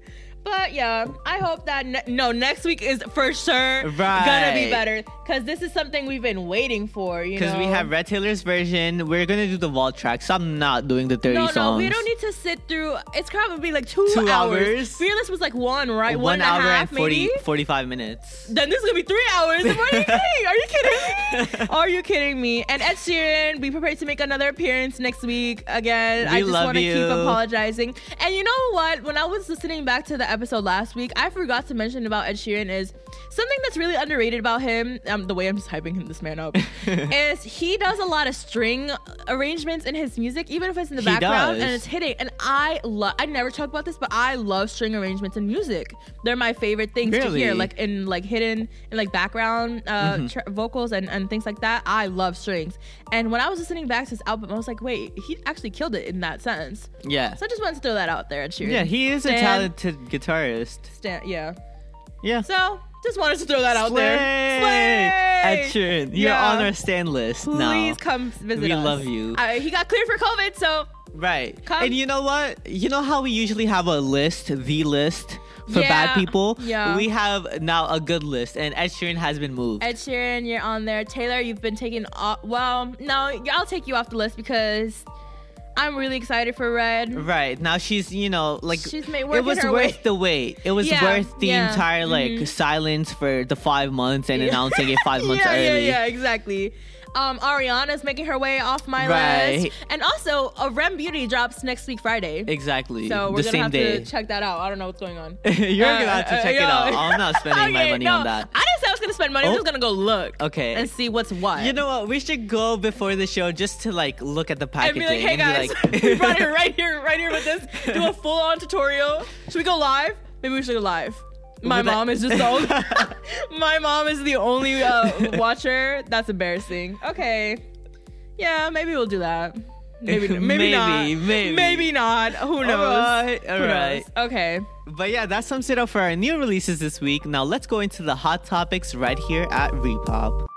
But yeah, I hope that ne- no next week is for sure gonna Right. be better because this is something we've been waiting for. You know, Because we have Red Taylor's version. We're gonna do the wall track, so I'm not doing the 30 no, songs. no, we don't need to sit through. It's probably like two, Two hours. hours. Fearless was like one, right? one and a hour half, and 40, maybe. 45 minutes. Then this is gonna be three hours. What are you kidding? Are you kidding me? Are you kidding me? And Ed Sheeran, be prepared to make another appearance next week again. We I just love wanna keep you. apologizing. And you know what? When I was listening back to the episode last week, I forgot to mention about Ed Sheeran is something that's really underrated about him. Um, the way I'm just hyping him this man up is he does a lot of string arrangements in his music, even if it's in the He background does. and it's hitting. And I love. I never talk about this, but I love string arrangements in music. They're my favorite thing things to hear, Really? Mm-hmm. like in like hidden and like background uh, tr- vocals and, and things like that. I love strings. And when I was listening back to this album, I was like, wait, he actually killed it in that sense. Yeah. So I just wanted to throw that out there at Sheeran. Yeah, he is a Stan- talented guitarist. Stan- yeah. Yeah. So just wanted to throw that out there. Ed Slay! Sheeran, you're Yeah. on our stand list Please now. come visit We us. love you. I- he got cleared for COVID, so Right. Come- And you know what? You know how we usually have a list, the list for Yeah, bad people? yeah. We have now a good list, and Ed Sheeran has been moved. Ed Sheeran, you're on there. Taylor, you've been taken off. Well, no, I'll take you off the list because I'm really excited for Red. Right now, she's you know like She's made- it working was her worth way. the wait. It was Yeah, worth the yeah, Mm-hmm. entire like silence for the five months and announcing it five months yeah, early. Yeah, yeah, exactly. Um, Ariana's making her way off my Right. list, and also a Rem Beauty drops next week Friday. Exactly. So we're the gonna same have day. to check that out. I don't know what's going on. You're Uh, gonna have to uh, check it yo. out. I'm not spending my Okay, money no, on that. I didn't say I was gonna spend money. Oh. I'm just gonna go look Okay. and see what's what. You know what? We should go before the show just to like look at the and packaging be like, hey guys, like- we brought it right here, right here with this. Do a full on tutorial. Should we go live? Maybe we should go live. My Would that- mom is just the only, my mom is the only uh, watcher. That's embarrassing. Okay, yeah, maybe we'll do that. Maybe, maybe, Maybe, not. maybe. not. Who knows? right, all Who knows? right. Okay. But yeah, that sums it up for our new releases this week. Now let's go into the hot topics right here at Repop.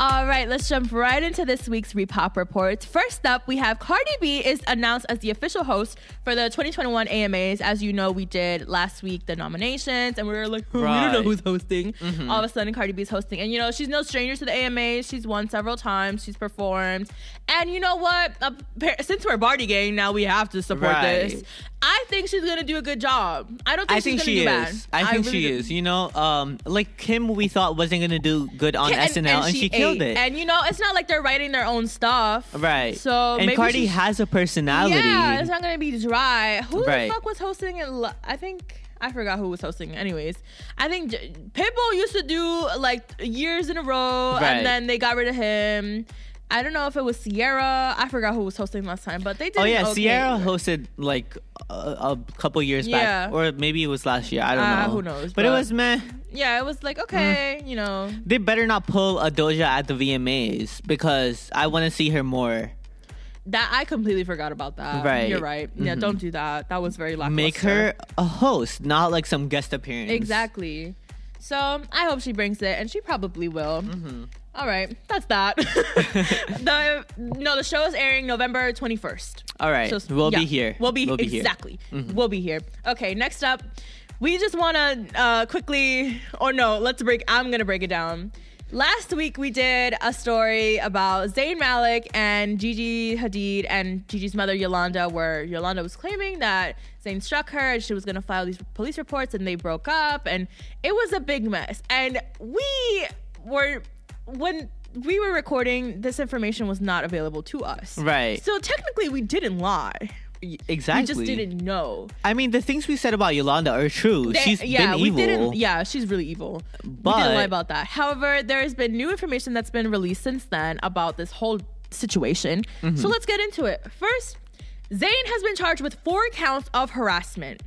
All right, let's jump right into this week's Repop reports. First up, we have Cardi B is announced as the official host for the 2021 AMAs. As you know, we did last week the nominations, and we were like, we Right. Mm-hmm. don't know who's hosting. All of a sudden, Cardi B's hosting, and you know she's no stranger to the AMAs. She's won several times. She's performed, and you know what? Appa- Since we're Barty Gang now, we have to support Right. this. I think she's gonna do a good job. I don't think I she's think gonna she do is. bad. I think really she do- is. You know, um, like Kim, we thought wasn't gonna do good on and- SNL, and, she, killed ate. it. And you know, it's not like they're writing their own stuff, Right. So and maybe Cardi she- has a personality. Oh, yeah, it's not gonna be dry. Who Right. the fuck was hosting it? la- I think I forgot who was hosting. it. Anyways, I think J- Pitbull used to do like years in a row, Right. and then they got rid of him. I don't know if it was Sierra. I forgot who was hosting last time, but they did. oh yeah, okay. Sierra hosted like a, a couple years Yeah. back, or maybe it was last year. I don't Uh, know. who knows, But, it but- was meh. Yeah, it was Mm. like okay, you know. They better not pull a Doja at the VMAs because I want to see her more. That I completely forgot about that. Right. Mm-hmm. You're right. Yeah, don't do that. That was very lackluster. Make her a host, not like some guest appearance. Exactly. So I hope she brings it, and she probably will. Mm-hmm. All right, that's that. the no, the show is airing November twenty first. All right, we'll be here. We'll be, We'll be here. Mm-hmm. exactly. We'll be here. Okay, next up, we just want to uh, quickly, or no, let's break. I'm gonna break it down. Last week we did a story about Zayn Malik and Gigi Hadid and Gigi's mother Yolanda, where Yolanda was claiming that Zayn struck her and she was gonna file these police reports, and they broke up, and it was a big mess. And we were when we were recording, this information was not available to us. Right. So technically, we didn't lie. Y- We exactly. just didn't know. I mean, the things we said about Yolanda are true. They- She's yeah, been we evil. didn't. Yeah, she's really evil. we But- didn't lie about that. However, there has been new information that's been released since then about this whole situation. Mm-hmm. So let's get into it. First, Zayn has been charged with four counts of harassment.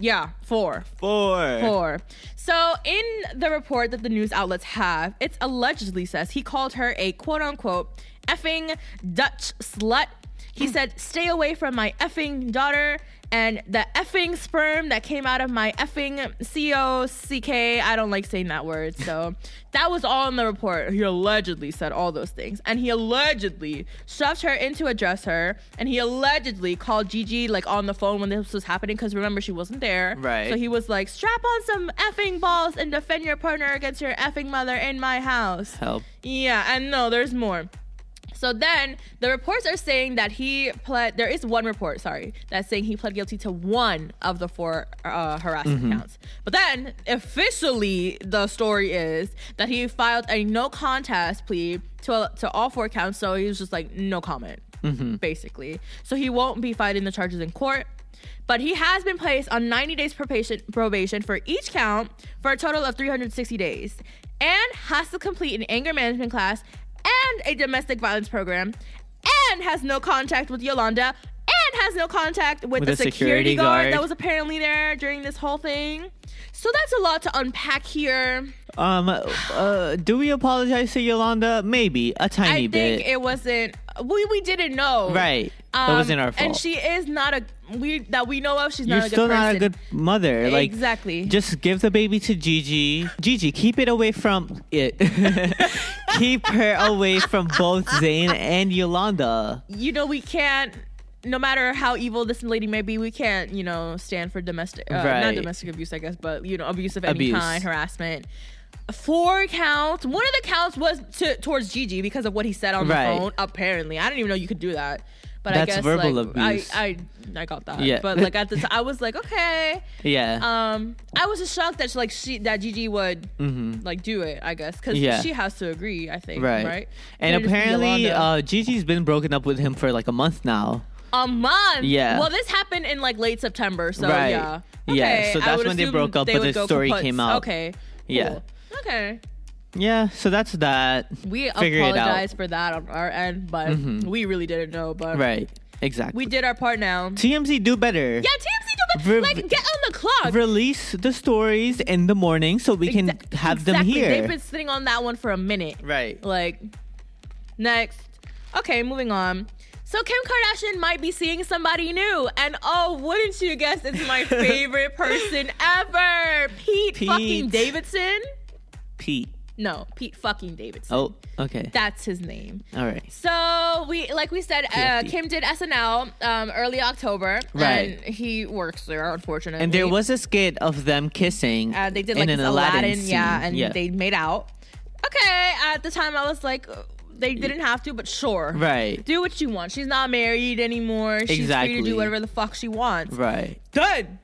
Yeah, four. Four. Four. So, in the report that the news outlets have, it allegedly says he called her a quote unquote effing Dutch slut. He said, Stay away from my effing daughter and the effing sperm that came out of my effing C O C K. I don't like saying that word. So, that was all in the report. He allegedly said all those things. And he allegedly shoved her into a dresser. And he allegedly called Gigi like on the phone when this was happening. Because remember, she wasn't there. Right. So he was like, strap on some effing balls and defend your partner against your effing mother in my house. Help. Yeah, and no, there's more. So then the reports are saying that he pled, there is one report, sorry, that's saying he pled guilty to one of the four uh, harassment counts. But then officially, the story is that he filed a no contest plea to, to all four counts. So he was just like, no comment, basically. So he won't be fighting the charges in court. But he has been placed on 90 days probation, probation for each count for a total of 360 days and has to complete an anger management class and a domestic violence program and has no contact with Yolanda and has no contact With with, the the security, security guard, guard. that was apparently there during this whole thing. So that's a lot to unpack here. Um, uh, do we apologize to Yolanda? Maybe a I tiny think bit. it wasn't we we didn't know. right. that Um, wasn't our fault. And she is not a we that we know of. She's not You're a good still person. not a good mother. Like Exactly. Just give the baby to Gigi. Gigi, keep it away from it. keep her away from both Zayn and Yolanda. you know, we can't. No matter how evil this lady may be, we can't, you know, stand for domestic, uh, not Right. domestic abuse, I guess, but you know, abuse of any Abuse. kind, harassment. Four counts. One of the counts was to, towards Gigi because of what he said on Right. the phone. Apparently, I didn't even know you could do that. But That's I guess verbal like, abuse. I, I I got that. Yeah. But like at the time, I was like, okay. Yeah. Um, I was just shocked that she, like she that Gigi would like do it. I guess because Yeah. she has to agree. I think Mm-hmm. right. right. And Can't just be apparently, Yolanda. uh, Gigi's been broken up with him for like a month now. A month. Yeah. Well, this happened in like late September, so Right. yeah. Yeah, Okay, so I that's would when they assume broke up, they but would the go story kaputs. came out. Okay. Yeah. cool. Okay. Yeah. So that's that. We Figure it out. Mm-hmm. apologize for that on our end, but we really didn't know. But Right. Exactly. we did our part now. TMZ do better. Yeah, TMZ do Re- it. Like, get on the clock. Release the stories in the morning so we can Exac- have them exactly. here. They've been sitting on that one for a minute. right. Like, next. Okay, moving on. So Kim Kardashian might be seeing somebody new, and oh, wouldn't you guess it's my favorite person ever, Pete, Pete. fucking Davidson? Pete. No, Pete fucking Davidson. Oh. Okay. That's his name. All right. So we, like we said, uh, PFD. Kim did SNL um, early October, Right. and he works there, unfortunately. And there was a skit of them kissing. Uh, they did in like an this Aladdin, Aladdin, scene. yeah, and they made out. Okay, at the time I was like, uh, they didn't have to, but sure, Right. Do what you want. She's not married anymore. She's free Exactly. to do whatever the fuck she wants. Right. Done.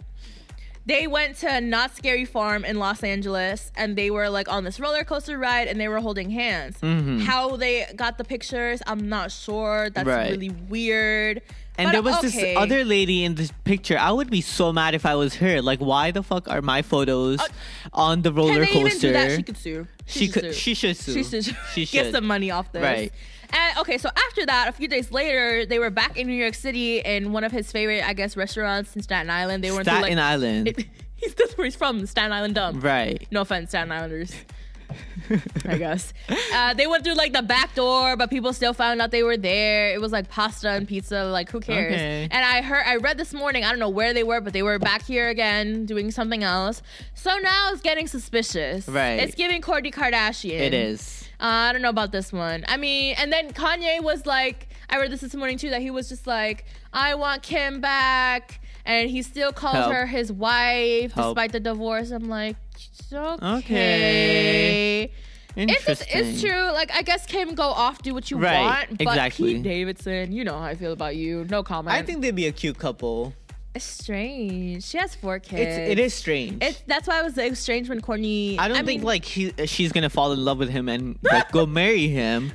They went to Not Scary Farm in Los Angeles, and they were like on this roller coaster ride, and they were holding hands. Mm-hmm. How they got the pictures, I'm not sure. That's Right. really weird. And But there was okay. this other lady in this picture. I would be so mad if I was her. Like, why the fuck are my photos on the roller Uh, Can they even coaster? do that? She could sue. She should could- sue. she should sue. She should. She should. get some money off this. Right. And okay, so after that, a few days later, they were back in New York City in one of his favorite, I guess, restaurants in Staten Island. They were Staten like, Island. He's that's where he's from, Staten Island dump. right. No offense, Staten Islanders. I guess uh, they went through like the back door, but people still found out they were there. It was like pasta and pizza. Like who cares? Okay. And I heard, I read this morning. I don't know where they were, but they were back here again doing something else. So now it's getting suspicious. Right. It's giving Kourtney Kardashian. It is. Uh, I don't know about this one. I mean, and then Kanye was like, I read this this morning too, that he was just like, I want Kim back. And he still calls Help. her his wife Help. despite the divorce. I'm like, "It's okay. It's, just, Interesting. it's true. Like, I guess Kim, go off, do what you Right, want. But exactly. Pete Davidson, you know how I feel about you. No comment. I think they'd be a cute couple. It's strange. She has four kids. It's, it is strange. It's that's why I was like strange when Courtney. I don't think mean, like he, she's gonna fall in love with him and like go marry him,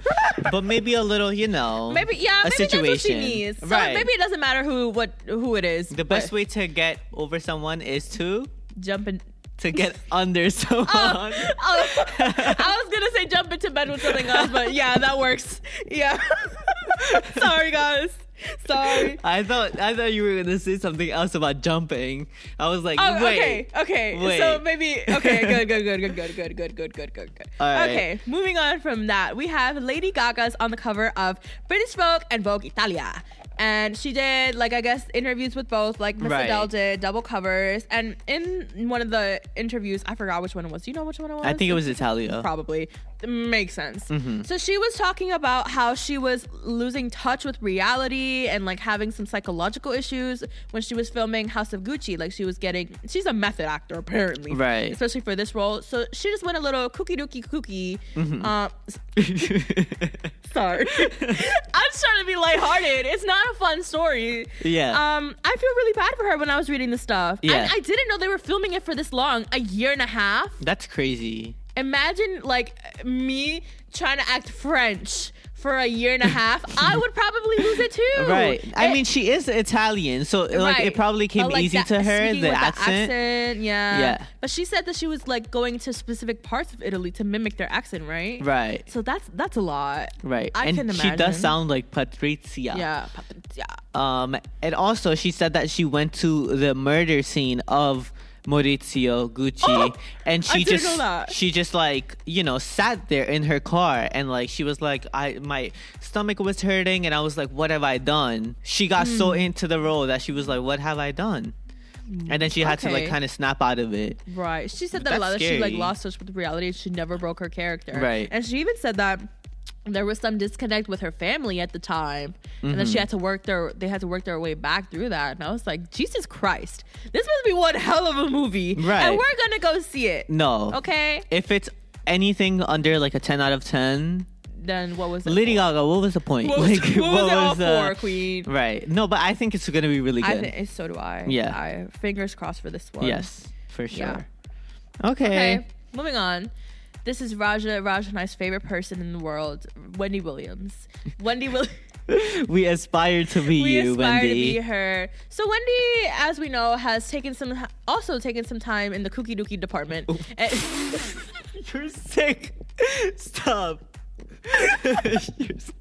but maybe a little, you know, maybe yeah a maybe situation. that's what she needs. So right. maybe it doesn't matter who what who it is. the best way to get over someone is to jumping. to get under someone. Oh, oh, I was gonna say jump into bed with something else, but yeah, that works. Yeah. Sorry guys. Sorry. I thought I thought you were gonna say something else about jumping. I was like, Oh, wait. okay, okay. wait. So maybe okay, good, good, good, good, good, good, good, good, good, good, good. All right. Okay, moving on from that, we have Lady Gaga's on the cover of British Vogue and Vogue Italia. And she did like I guess interviews with both, like Miss Right. Adele did double covers. And in one of the interviews, I forgot which one it was. Do you know which one it was? I think it was Italia. probably makes sense. Mm-hmm. So she was talking about how she was losing touch with reality and like having some psychological issues when she was filming House of Gucci. Like she was getting, she's a method actor apparently, Right. Especially for this role. So she just went a little kooky dookie kooky. Mm-hmm. Uh, s- sorry, I'm just trying to be lighthearted. It's not a fun story. yeah. Um, I feel really bad for her when I was reading this stuff. Yeah. And I didn't know they were filming it for this long, a year and a half That's crazy. imagine like me trying to act French for a year and a half. I would probably lose it too. Right. I It- mean, she is Italian, so like right. it probably came But, like, easy that- to her speaking the with accent. yeah. Yeah. But she said that she was like going to specific parts of Italy to mimic their accent, right? Right. So that's that's a lot. Right. I and can she imagine. does sound like Patrizia. Yeah. Yeah. Um, and also, she said that she went to the murder scene of Maurizio Gucci, Oh! and I she didn't just know that. she just like you know sat there in her car, and like she was like, I my stomach was hurting, and I was like, what have I done? She got so Hmm. into the role that she was like, what have I done? And then she had to Okay. like kind of snap out of it. Right. She said that a That's lot that she like scary. lost touch with reality. and She never broke her character. Right. And she even said that there was some disconnect with her family at the time, and Mm-hmm. then she had to work their they had to work their way back through that. And I was like, Jesus Christ, this must be one hell of a movie. Right. And we're gonna go see it. No. Okay. If it's anything under like a ten out of ten, Then what was it? Lady Gaga, what was the point? What was, Like, what was it all uh, for, Queen? Right. No, but I think it's gonna be really good. I think so. Do I? Yeah. I, fingers crossed for this one. Yes, for sure. Yeah. Okay. Okay, moving on. This is Raja, Raja and I's favorite person in the world, Wendy Williams. Wendy Williams. We aspire to be we you, aspire to Wendy. be her. So Wendy, as we know, has taken some also taken some time in the kooky dookie department. And- You're sick. Stop. You're sick.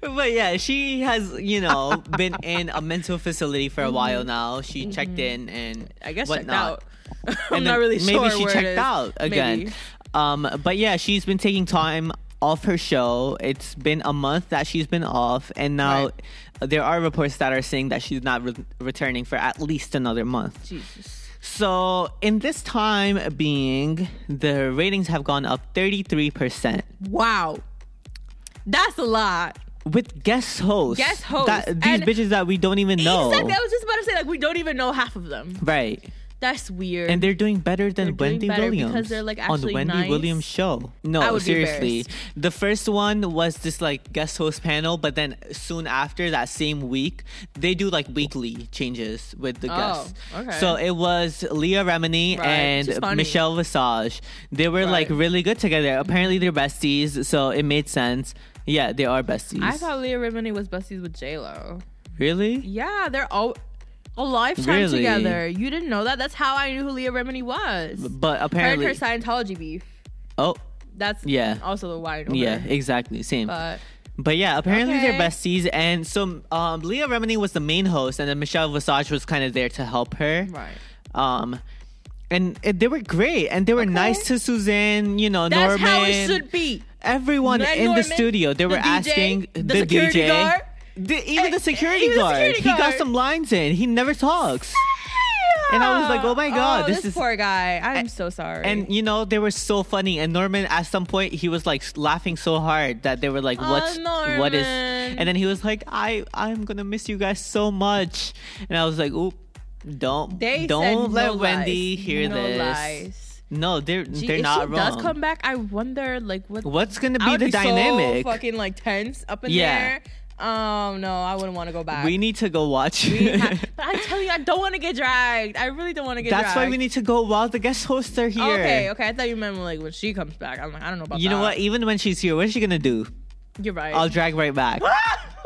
but yeah, she has, you know, been in a mental facility for a while Mm-hmm. now. She checked in and I guess checked whatnot. out. I'm And not then really maybe sure. she where it checked is. out again. Maybe. Um, but yeah, she's been taking time off her show. It's been a month that she's been off, and now Right. there are reports that are saying that she's not re- returning for at least another month. Jesus. So in this time being, the ratings have gone up thirty three percent Wow. That's a lot. with guest hosts. Guest hosts, that, these and- bitches that we don't even know. Exactly. I was just about to say like we don't even know half of them. Right. That's weird. And they're doing better than They're doing Wendy better because Williams they're, like, on the actually Wendy nice. Williams show. No, I would be seriously. embarrassed. The first one was this like guest host panel, but then soon after that same week, they do like weekly changes with the Oh, guests. okay. So it was Leah Remini Right. She's and funny. Michelle Visage. They were like Right. really good together. Apparently they're besties, so it made sense. Yeah, they are besties. I thought Leah Remini was besties with J Lo. really? Yeah, they're all a lifetime Really? together. You didn't know that? That's how I knew who Leah Remini was. But Her and apparently her Scientology beef. Oh, That's Yeah. Also why I know yeah, her. exactly. Same. But But yeah, apparently they're Okay. besties, and so um, Leah Remini was the main host, and then Michelle Visage was kind of there to help her. right. Um, and it, they were great, and they were nice to Suzanne, you know, That's Norman, how it should be. everyone Not in Norman, the studio. They the were DJ, asking the the, security DJ, guard. the- even Eh, the security even the guard. security he got guard. some lines in. He never talks. And I was like, oh my God, Oh, this this, is- poor guy. I'm so sorry. And you know they were so funny. And Norman, at some point, he was like laughing so hard that they were like, Aw, "What's what is?" Oh, Norman. And then he was like, "I I'm gonna miss you guys so much." And I was like, "Oop, don't they don't said let no Wendy lies. hear no this." Lies. No, they're Gee, they're if not she wrong. does come back, I wonder like what What's gonna I be would the so dynamic? fucking like tense up in Yeah. there. Oh no, I wouldn't want to go back. We need to go watch. We have- but I tell you, I don't want to get dragged. I really don't want to get That's dragged. why we need to go while the guest hosts are here. Okay, okay. I thought you meant like when she comes back. I'm like, I don't know about You that. know what? Even when she's here, what is she gonna do? You're right. I'll drag right back.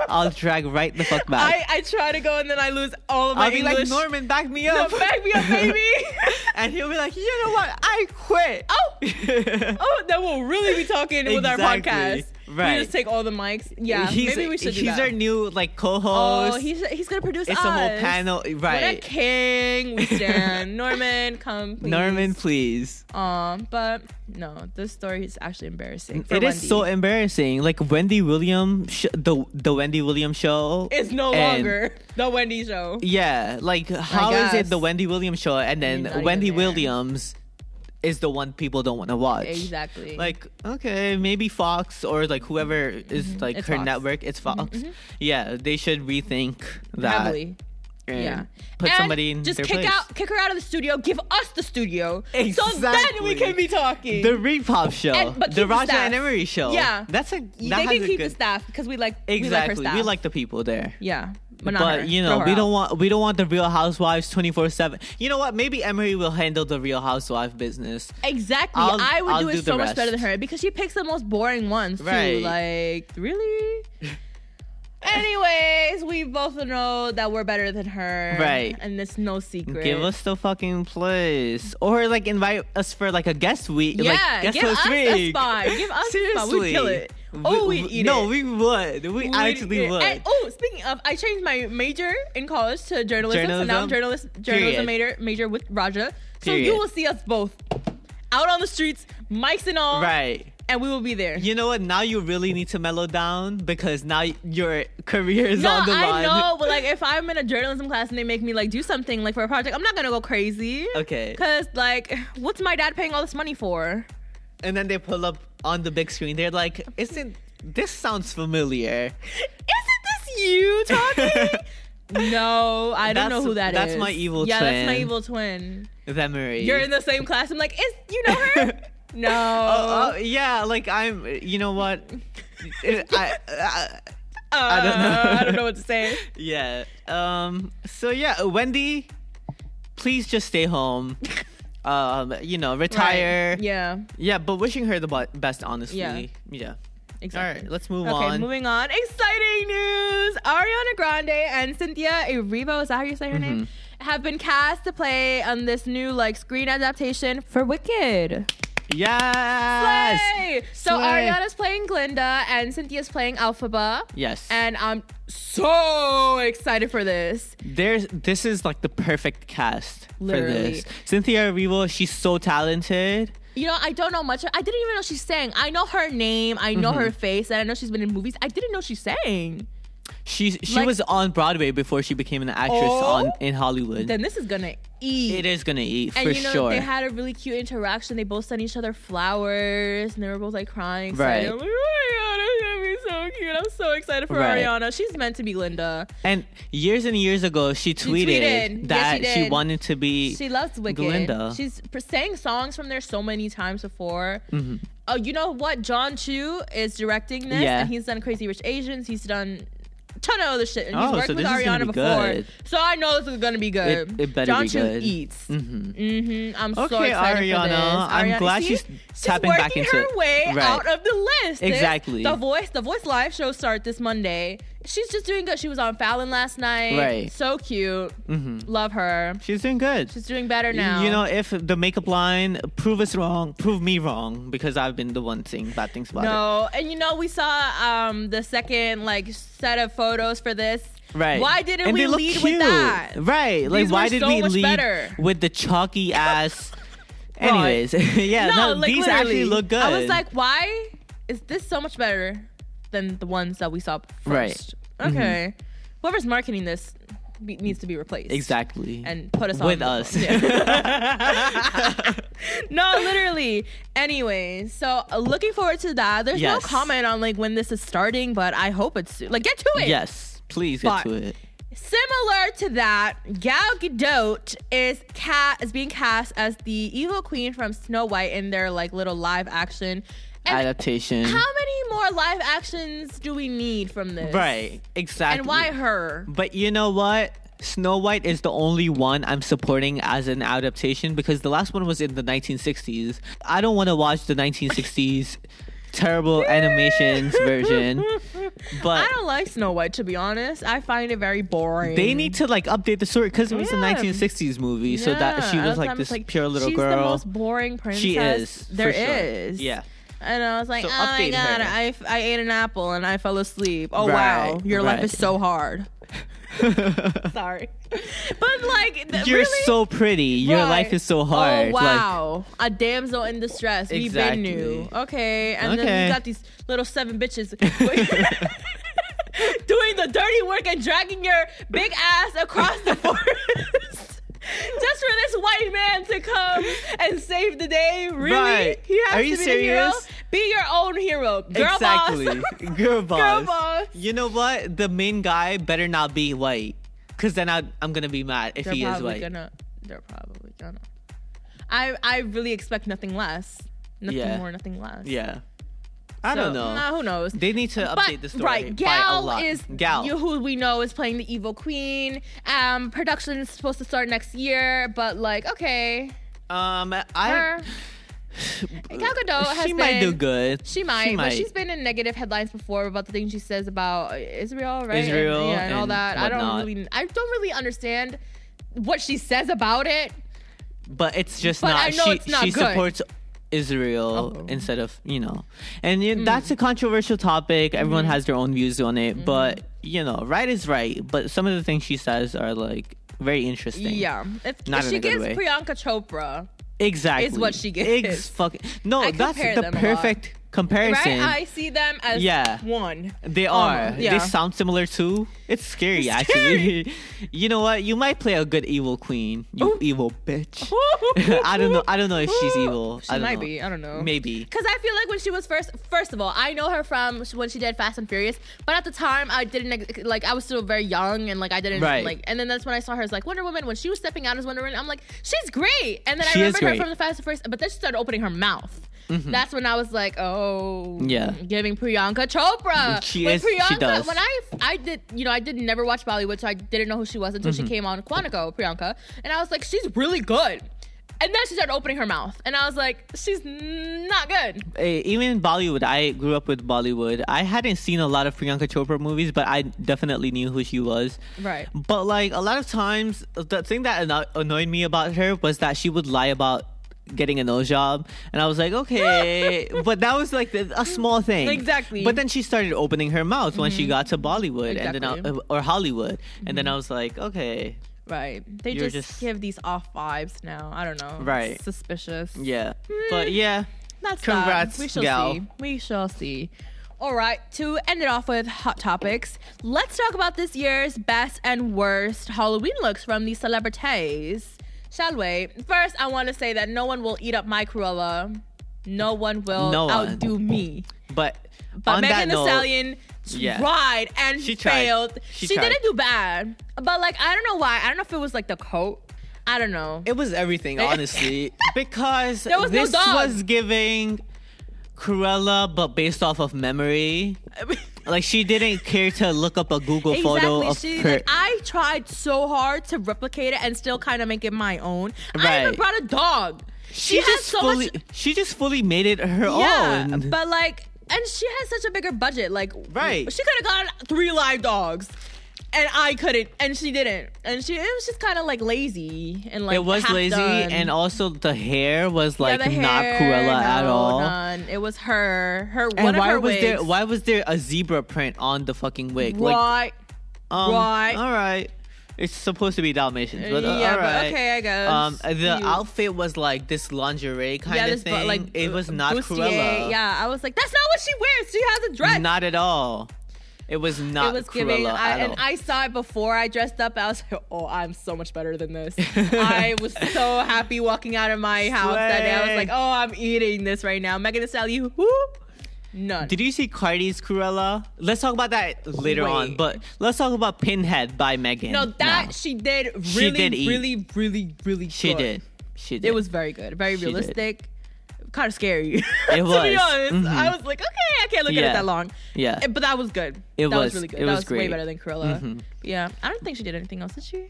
I'll drag right the fuck back. I, I try to go and then I lose all of my I'll be like English. Norman, back me No, up. back me up, baby. and he'll be like, you know what? I quit. oh, oh, then we'll really be talking with our Exactly. podcast. Right. We just take all the mics. Yeah, he's, maybe we should do He's that. our new like co-host. oh, he's he's gonna produce it's us. a whole panel, What a right? king we stand. Norman, come please. Norman, please. Um, but no, this story is actually embarrassing. It is so embarrassing. Like Wendy Williams, sh- the the Wendy Williams show. It's no and- longer the Wendy show. Yeah, like how is guess. it the Wendy Williams show and not even then Wendy there. Williams is the one people don't want to watch? Exactly. Like okay, maybe Fox or like whoever is like Mm-hmm. It's her Fox. Mm-hmm, network. It's Fox. Yeah, they should rethink that. heavily. and Yeah. Put And somebody in just their kick place. out, kick her out of the studio. Give us the studio, so then we Exactly. can be talking. the Repop show, And- but the keep the Raja staff. and Emery show. Yeah. that's a that they has can a keep good, the staff because we like Exactly, We like, her staff. the people there. yeah, but, not her. But you know, Throw her we don't out. want we don't want the Real Housewives twenty four seven. You know what? Maybe Emery will handle the Real Housewife business. exactly. I'll- I would I'll do it do the so much rest. better than her because she picks the most boring ones too. Right. Like really. Anyways, we both know that we're better than her, Right. And it's no secret. Give us the fucking place, or like invite us for like a guest week. yeah, like, guest give us host a week. spot. Give us a spot. Seriously, We'd kill it. Oh, We- we'd eat it. no, we would. We, actually did. would. And- oh, speaking of, I changed my major in college to journalism, so now I'm Journalism? journalist, journalism major, Period. major with Raja. So Period. you will see us both out on the streets, mics and all, right. and we will be there. You know what? Now you really need to mellow down because now your career is no, on the I line. know, but like if I'm in a journalism class and they make me like do something like for a project, I'm not gonna go crazy. Okay. Cause like, what's my dad paying all this money for? And then they pull up on the big screen. They're like, "Isn't this sounds familiar?" Isn't this you talking? no, I don't That's- know who that that's is. my evil yeah, that's my twin. evil twin. Memory. You're in the same class. I'm like, is you know her? no. Oh, oh, yeah, like I'm. You know what? It- I, oh, I, I don't know. Uh, I don't know what to say. yeah. Um. So yeah, Wendy, please just stay home. Um. You know, retire. Right. Yeah. Yeah, but wishing her the bu- best, honestly. Yeah. Yeah. All Exactly. right, let's move Okay, on. moving on. Exciting news! Ariana Grande and Cynthia Erivo, is that how you say her Mm-hmm. name? Have been cast to play on this new like screen adaptation for Wicked. yes. Slay! So Slay. Ariana's playing Glinda and Cynthia's playing Alphaba. Yes. And I'm so excited for this. There's this is like the perfect cast for Literally. this. Cynthia Erivo, she's so talented. You know, I don't know much. I didn't even know she sang. I know her name. I know her Mm-hmm. face. And I know she's been in movies. I didn't know she sang. She's she Like- was on Broadway before she became an actress Oh? on in Hollywood. Then this is gonna eat. it is gonna eat and for you know sure. they had a really cute interaction. They both sent each other flowers, and they were both like crying. Excited. Right. I'm like, oh my god, that's gonna be so cute. I'm so excited for Right. Ariana. She's meant to be Linda. and years and years ago, she tweeted, tweeted. Yes, that she did. wanted to be. She loves Wicked. Glinda. She's pr- sang songs from there so many times before. Mm-hmm. Oh, you know what? John Chu is directing this, Yeah. and he's done Crazy Rich Asians. He's done a ton of other shit. And he's Oh, worked so with this is gonna Ariana be before, good. so I know this is gonna be good. It- it better John be Chu good. eats. Mm-hmm. I'm so Okay, excited for this. Ariana, I'm Ariana- glad see? she's tapping working back into her it. way Right. out of the list. There's Exactly. The Voice, the Voice live show start this Monday. She's just doing good. She was on Fallon last night. Right. Mm-hmm. So cute. Love her. she's doing good. She's doing better now. You know, if the makeup line prove us wrong, prove me wrong because I've been the one saying bad things about it. No, and you know we saw um the second like set of photos for this. Right. Why didn't And we they look lead with cute. that? Right. Like These why were did so we much lead better. with the chalky ass Anyways, yeah, no, like, these literally. actually look good. I was like, why is this so much better than the ones that we saw first? Right. Mm-hmm. Okay. Whoever's marketing this be- needs to be replaced. exactly. And put us on with the- us. No, literally. Anyways, so uh, looking forward to that. There's Yes. no comment on like when this is starting, but I hope it's soon. Like get to it. yes. Please But- get to it. Similar to that, Gal Gadot is cat is being cast as the evil queen from Snow White in their like little live action adaptation. How many more live actions do we need from this? right, exactly. And why her? But you know what? Snow White is the only one I'm supporting as an adaptation because the last one was in the 1960s. I don't want to watch the 1960s terrible animations version. But I don't like Snow White to be honest. I find it very boring. they need to like update the story because it was Yeah. a 1960s movie, so that she Yeah, was I like this pure little she's the girl. most boring princess she is. there for sure. is. Yeah. And I was like, So oh my update god, her. I, f- I ate an apple and I fell asleep. Oh wow, Right, your life right. is so hard. Sorry, but like, th- You're really? so pretty. Your Right. life is so hard. Oh Like, wow, a damsel in distress. We've been Exactly. new. Okay, and then Okay. you got these little seven bitches doing the dirty work and dragging your big ass across the forest. Just for this white man to come and save the day, really? Right. He has Are to you be serious? the hero. Be your own hero, girl exactly. boss. Girl boss. boss. You know what? The main guy better not be white. Cause then I, I'm gonna be mad if they're he is probably white. gonna. They're probably gonna. I I really expect nothing less, nothing Yeah. more, nothing less. Yeah. I So, don't know. nah, who knows? They need to update but the story. right, by a Gal lot. is Gal. you- who we know is playing the evil queen. Um, production is supposed to start next year, but like, okay, um, her. I Gal Gadot has she might do been- good. She might, but she's been in negative headlines before about the things she says about Israel, right? And- Israel yeah, and, all and that. I don't whatnot. really, I don't really understand what she says about it. but it's just But not. I know she it's not she good. supports Israel Oh. Mm. instead of you know, and you, that's a controversial topic. Everyone Mm-hmm. has their own views on it, but you know, right is right. But some of the things she says are like very interesting. Yeah, it's, Not in she a good gives way. Priyanka Chopra. exactly. Is what she gets. Ex- fucking no, I that's compare the them a lot. perfect Right, comparison. I see them as Yeah. one. They are. yeah. They sound similar too. It's scary, actually. you know what? You might play a good evil queen. You Ooh. evil bitch. I don't know. I don't know if she's evil. Oh. She I don't might know. be. I don't know. Maybe. Because I feel like when she was first, first of all, I know her from sh- when she did Fast and Furious, but at the time I didn't, like- like, I was still very young and, like, I didn't, Right. like, and then that's when I saw her as, like, Wonder Woman. When she was stepping out as Wonder Woman, I'm like, she's great. And then She I is remember her great. Mm-hmm. from the Fast and Furious, but then she started opening her mouth. That's when I was like, oh, Yeah. giving Priyanka Chopra. She when is- she Priyanka, does. When I, I did, you know, I did never watch Bollywood, so I didn't know who she was until she came on Quantico, Priyanka, and I was like, she's really good. And then she started opening her mouth, and I was like, she's not good. Uh, even in Bollywood, I grew up with Bollywood. I hadn't seen a lot of Priyanka Chopra movies, but I definitely knew who she was. Right. But like a lot of times, the thing that anno- annoyed me about her was that she would lie about getting a nose job, and I was like, okay, but that was like the, a small thing. Exactly. Mm-hmm. But then she started opening her mouth when she got to Bollywood and then Exactly. Mm-hmm. I, or Hollywood, and then I was like, okay, Right. They You're just, just- give these off vibes now. I don't know. Right. Suspicious. yeah. But yeah, That's Congrats, that. We shall gal. see. We shall see. All right, to end it off with hot topics, let's talk about this year's best and worst Halloween looks from the celebrities, shall we? First, I want to say that no one will eat up my Cruella. No one will No one. outdo me. but. But on that Megan Thee note, Stallion Yeah. tried and She tried. failed. She, She tried. didn't do bad, but like I don't know why. I don't know if it was like the coat. I don't know. It was everything, honestly, because Eh. There was no this dog. was giving Cruella, but based off of memory. Like she didn't care to look up a Google photo of She, her. like, I tried so hard to replicate it and still kind of make it my own. I even Right. brought a dog. She, has so fully, much. she just fully made it her Yeah, own. but like, and she has such a bigger budget. Like, Right. She could have gotten three live dogs. And I couldn't, and she didn't, and she it was just kind of like lazy and like it was half lazy, done. and also the hair was Yeah, like the not hair, Cruella at no, all. none. It was her, her one And of why her was wigs. there why was there a zebra print on the fucking wig? Like, Why? um, why? All right, it's supposed to be Dalmatians, but uh, yeah, all but right. okay, I guess. Um, the You- outfit was like this lingerie kind yeah, of this thing. but like it was bu- not bustier. Cruella. Yeah, I was like, that's not what she wears. She has a dress. Not at all. It was not it was Cruella giving, I, at and all. I saw it before I dressed up. I was like, "Oh, I'm so much better than this." I was so happy walking out of my house that day. I was Slay. like, "Oh, I'm eating this right now." Megan Thee Stallion, who? None. Did you see Cardi's Cruella? Let's talk about that later on. Wait. But let's talk about Pinhead by Megan. no, that now. she did really, She did eat. really, really, really. she good. did. She did. It was very good, very She did. realistic. kind of scary. to was. be honest, Mhm. I was like, okay, I can't look at Yeah. it that long. Yeah. It- Eh, but that was good. It that was, was- really good. it that was was way great. better than Cruella. Mhm. Yeah, I don't think she did anything else, did she?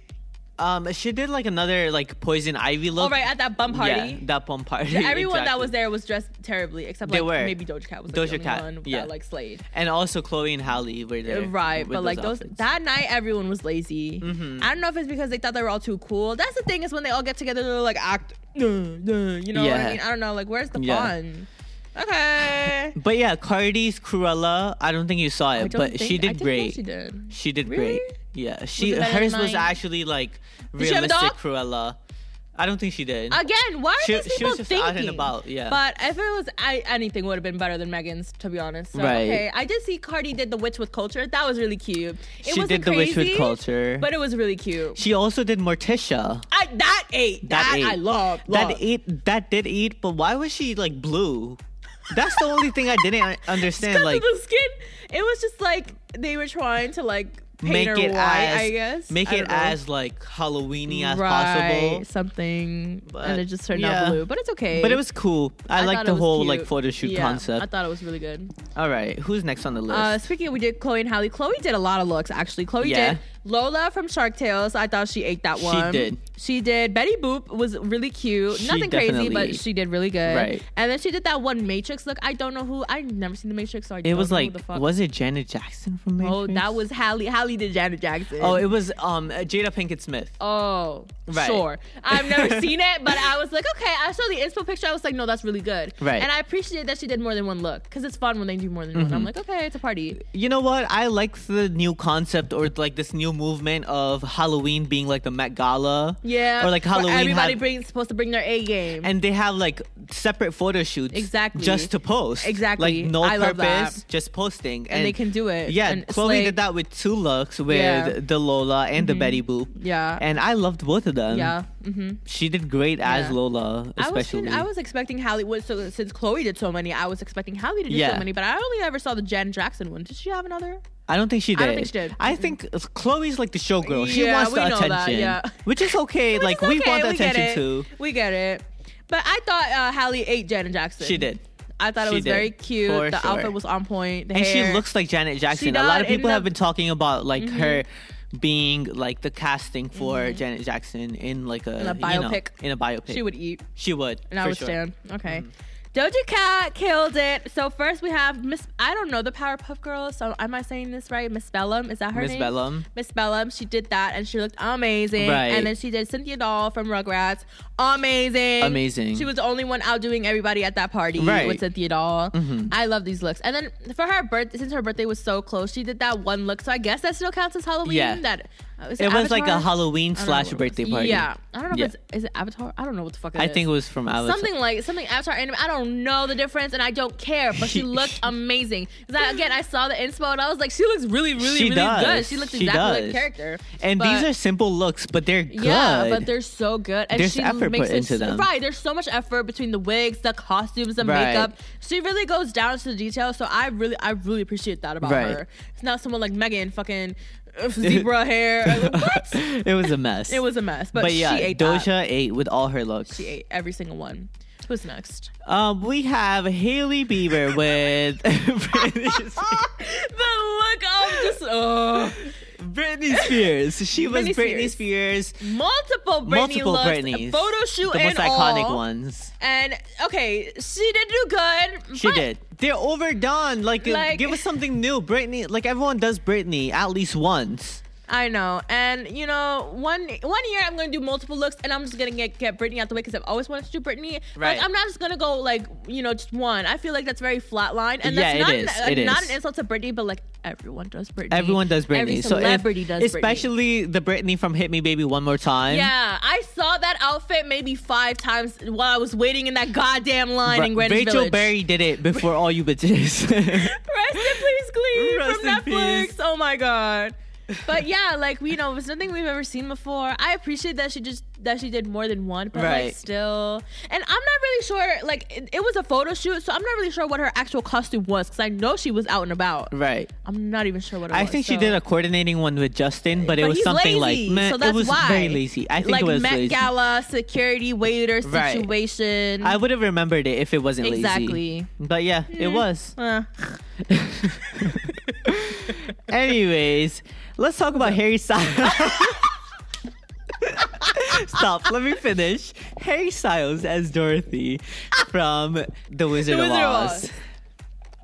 Um, she did like another like poison ivy look. All right, at that bum party. Yeah, that bomb party. Everyone that exactly. was there was dressed terribly, except They like were. maybe Doja Cat was like, Doja the only Cat, one yeah. that like slayed. and also Chloe and Halle were there. Right, with but like those outfits. that night, everyone was lazy. Mhm. I don't know if it's because they thought they were all too cool. That's the thing is when they all get together, they're like act, uh, uh, you know what I Yeah. mean? I don't know, like where's the Yeah. fun? Okay, But yeah, Cardi's Cruella. I don't think you saw I it, don't but think- she I did didn't know great. She did. She did Really? great. Yeah, she it better than hers was mine? actually like she have a realistic dog? Cruella. I don't think she did. Again, why are She- these people she was just thinking? out and about, yeah. But if it was I, anything, would have been better than Megan's, to be honest. So, Right. Okay. I did see Cardi did the witch with culture. That was really cute. It she wasn't did the crazy, witch with culture. but it was really cute. she also did Morticia. I, that ate. That, That ate. I love. That eat that did eat, but why was she like blue? That's the only thing I didn't un- understand. because Like of the skin. It was just like they were trying to like paint make her it white. as I guess make I it don't know. as like Halloweeny as right, possible. something, and But, it just turned out yeah. blue. But it's okay. But it was cool. I, thought like it the was whole cute. like photo shoot Yeah, I concept. thought it was really good. All right, who's next on the list? Uh, speaking of, we did Chloe and Halle. Chloe did a lot of looks, actually. Chloe Yeah. did Lola from Shark Tales. I thought she ate that one. did. She did. Betty Boop was really cute. She Nothing crazy, definitely but ate. she did really good. Right. And then she did that one Matrix look. I don't know who. I've never seen the Matrix, so I it don't was know like who the fuck. was it Janet Jackson from Matrix? oh, that was Halle. Halle did Janet Jackson. Oh, it was um Jada Pinkett Smith. Oh, Right. sure. I've never seen it, but I was like, okay. I saw the inspo picture. I was like, no, that's really good. Right. And I appreciate that she did more than one look because it's fun when they do more than Mm-hmm. one. I'm like, okay, it's a party. You know what? I like the new concept or like this new movement of Halloween being like the Met Gala. Yeah. Or like where Halloween. Everybody have- brings supposed to bring their A game. and they have like separate photo shoots Exactly. just to post Exactly. like no I love purpose that. just posting and, And they can do it. yeah And it's chloe like- did that with two looks with Yeah. the lola and the betty boop yeah. and um, i loved both of them yeah. Mm-hmm. she did great as Yeah. lola I was especially I was expecting Halle. well, So since Chloe did so many, I was expecting Halle to do so Yeah. many. But I only ever saw the Jan Jackson one. Did she have another? I don't think she did I don't think she did. I think chloe's like the showgirl she Yeah, wants we the know that, attention yeah. which is okay Which like is we okay, want the get attention it. too We get it. But I thought uh, Halle ate Janet Jackson. she did I thought it She was did, very cute. for the sure. outfit was on point. The and she hair. looks like Janet Jackson. does, a lot of and Mm-hmm. people the- have been talking about like her being like the casting for Janet Jackson in like a, Mm-hmm. In a you know, biopic. in a biopic. She would eat. She would. And I for would sure. Mm-hmm. stand. Okay. Doja Cat killed it. So first we have Miss I don't know the Powerpuff Girls. So am I saying this right? Miss Bellum is that her Miss name? Bellum. Miss Bellum. She did that and she looked amazing. Right. And then she did Cynthia Doll from Rugrats. Amazing. Amazing. She was the only one outdoing everybody at that party Right. Mm-hmm. with Cynthia Doll. I love these looks. And then for her birthday, since her birthday was so close, she did that one look. So I guess that still counts as Halloween. Yeah. That is It was like a Avatar? Halloween I don't know slash what it was. birthday party. Yeah. I don't know if Yeah. it's is it Avatar? I don't know what the fuck it I is. think it was from Alice. Something like something Avatar anime. I don't know the difference, and I don't care. But she looked amazing. 'Cause I, again, I saw the inspo, and I was like, she looks really, really, She really does. good. She looks She exactly like does. character. And But- these are simple looks, but they're good. yeah, but they're so good. And There's she effort makes put it into so- them. Right, there's so much effort between the wigs, the costumes, the Right. makeup. She really goes down to the details. So I really, I really appreciate that about Right. her. It's not someone like Megan, fucking uh, zebra hair. Like, what? it was a mess. It was a mess, but, But yeah, she ate Doja that. ate with all her looks. She ate every single one. Who's next? Um, we have Haley Bieber with Britney, the look of just oh, Britney Spears. She was Britney Britney Spears. Spears. multiple Britney multiple looks, Britneys, photo shoot the and most iconic all. ones. And okay, she did do good. She but did. They're overdone. Like, uh, Like- give us something new, Britney. Like everyone does Britney at least once. I know, and you know, one one year I'm gonna do multiple looks, and I'm just gonna get get Britney out the way because I've always wanted to do Britney. But, Right. Like I'm not just gonna go like you know just one. I feel like that's very flatline, and Yeah, that's it not is. An, It not is. an insult to Britney, but like everyone does Britney. Everyone does Britney. Every so if- celebrity does, Britney. especially the Britney from "Hit Me, Baby, One More Time." Yeah, I saw that outfit maybe five times while I was waiting in that goddamn line Br- in Greenwich Rachel Village. Berry did it before all you bitches. Rest in peace, Glee Rest from in Netflix. peace. Oh my god. But yeah, like we know, it's nothing we've ever seen before. I appreciate that she just that she did more than one, but like Right. still, and I'm not really sure. Like it, it was a photo shoot, so I'm not really sure what her actual costume was because I know she was out and about. Right. I'm not even sure what. It I was, think she Oh, so- did a coordinating one with Justin, but, it But was he's something lazy, like meh, so that's it was why. very lazy. I think like it was Met lazy. Gala security waiter Right. situation. I would have remembered it if it wasn't lazy. Exactly. But yeah, it was. Uh, Anyways, let's talk about Harry Styles. Stop. Let me finish. Harry Styles as Dorothy from The Wizard, Wizard of of Oz.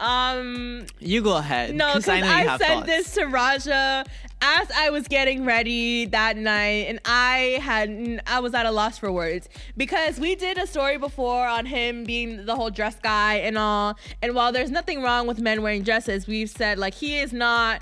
Oz. um, You go ahead. no, because I I, know you have said thoughts. this to Raja as I was getting ready that night, and I had n- I was at a loss for words because we did a story before on him being the whole dress guy and all. And while there's nothing wrong with men wearing dresses, we've said like he is not.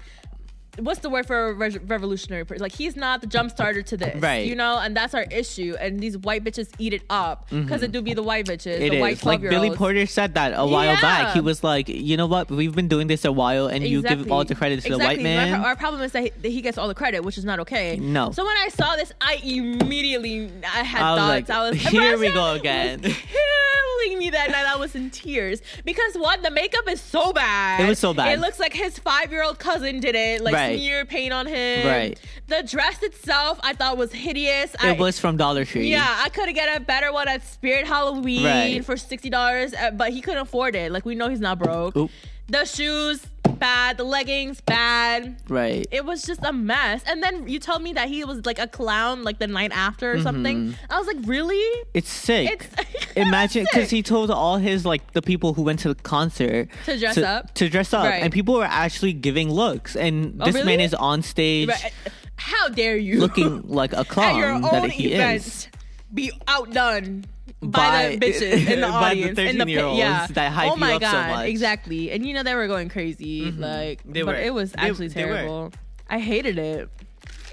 What's the word for a re- revolutionary person? Like he's not the jump starter to this, Right. You know, and that's our issue. And these white bitches eat it up because it do be the white bitches, Mm-hmm. It the white is like Billy 12-year-olds. Porter said that a while Yeah. back. He was like, you know what? We've been doing this a while, and you give all the credit to the white Exactly. My- man. Our problem is that he, that he gets all the credit, which is not okay. No. So when I saw this, I immediately I had I was thoughts. like, I was "Here we Marcia go was again." Killing me that night. I was in tears because one, the makeup is so bad. It was so bad. It looks like his five-year-old cousin did it, like Right. smear paint on him. Right. The dress itself, I thought was hideous. I, it was from Dollar Tree. yeah, I could have get a better one at Spirit Halloween Right. for sixty dollars, uh, but he couldn't afford it. Like we know he's not broke. Oop. The shoes bad, the leggings bad. Right. It was just a mess. And then you told me that he was like a clown like the night after or something. I was like, really? It's sick. It's- Mm-hmm. Imagine It's because sick. he told all his like the people who went to the concert To dress up? to dress up, Right. Oh, and people were actually giving looks. And this man really? is on stage Right. How dare you? looking like a at your clown own that he event is. be outdone by, By- the bitches in the by the audience in the 13-year-olds pit. Yeah. that hype oh my you up so god, much. Mm-hmm. exactly. And you know they were going crazy. Like They but were. it was They- actually they were. terrible. I hated it.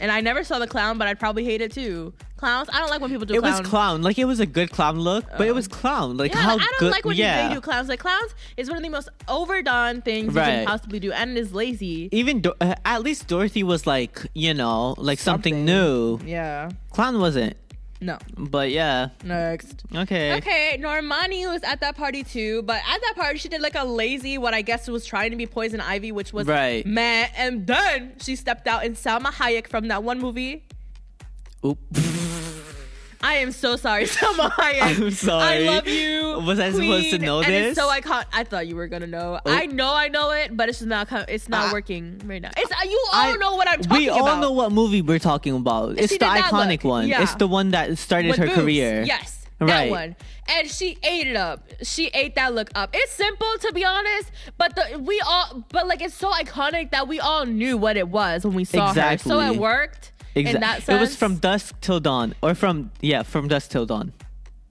And I never saw the clown, but I'd probably hate it too. Clowns, I don't like when people do It clowns. was clown. Like it was a good clown look, but it was clown. Like Yeah, how like, I don't good? like when you- yeah. they do clowns. Like clowns is one of the most overdone things you Right. can possibly do, and it is lazy. Even Do- uh, at least Dorothy was like you know like something, Something. new. Yeah. Clown wasn't, No. but yeah. Next. Okay. Okay, Normani was at that party too, but at that party she did like a lazy, what I guess was trying to be poison ivy, which was Right. meh. And then she stepped out in Salma Hayek from that one movie. Oop. I am so sorry, Salma Hayek. I'm sorry. I love you. Was I supposed to Queen, know and this? Oh. It's so iconic. I thought you were gonna know. I know I know it, but it's just not. co- It's not I- working right now. It's you all I- know what I'm talking we about. all know what movie we're talking about. It's She the did that iconic look. one. Yeah. It's the one that started With her boobs. career. Yes. Right. That one. And she ate it up. She ate that look up. It's simple to be honest, but the we all but like it's so iconic that we all knew what it was when we saw Exactly. her. So it worked. In that Exactly. sense. It was from dusk till dawn, or from yeah, from dusk till dawn.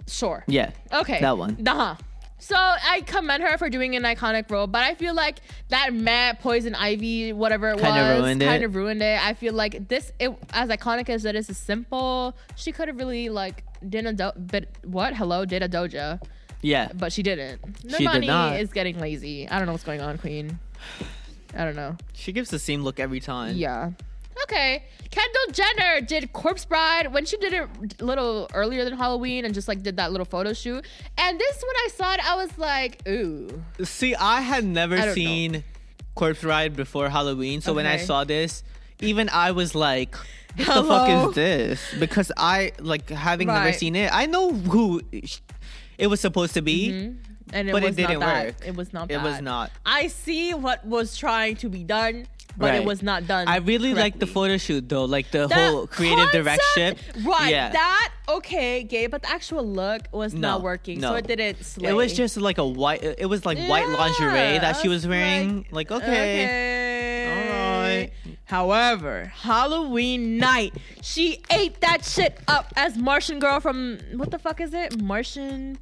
Sure. Yeah. Okay. That one. Uh-huh. So I commend her for doing an iconic role, but I feel like that mad poison ivy, whatever it Kinda was, ruined kind it. of ruined it. I feel like this, it, as iconic as it is, is simple. She could have really like did a do- but what? Hello, did a doja, Yeah. but she didn't. She did Normani not. is getting lazy. I don't know what's going on, Queen. I don't know. She gives the same look every time. Yeah. Okay. Kendall Jenner did Corpse Bride when she did it a little earlier than Halloween and just like did that little photo shoot. And this when I saw it, I was like, ooh. See, I had never I don't know. seen Corpse Bride before Halloween, so when I Okay. saw this, even I was like. What the fuck Hello? is this? Because I like having never Right. seen it. I know who it was supposed to be, Mm-hmm. And it But it was didn't not that. work. It was not It that. was not. I see what was trying to be done, but Right. it was not done. I really like the correctly. photo shoot though, like the, The whole creative direction. concept- Right. Yeah. That okay, gay, but the actual look was not working. no. So it didn't slay. It was just like a white. It was like white Yeah, lingerie that she I was was wearing. Like, okay, okay. All right. However, Halloween night, she ate that shit up as Martian girl from what the fuck is it? Martian,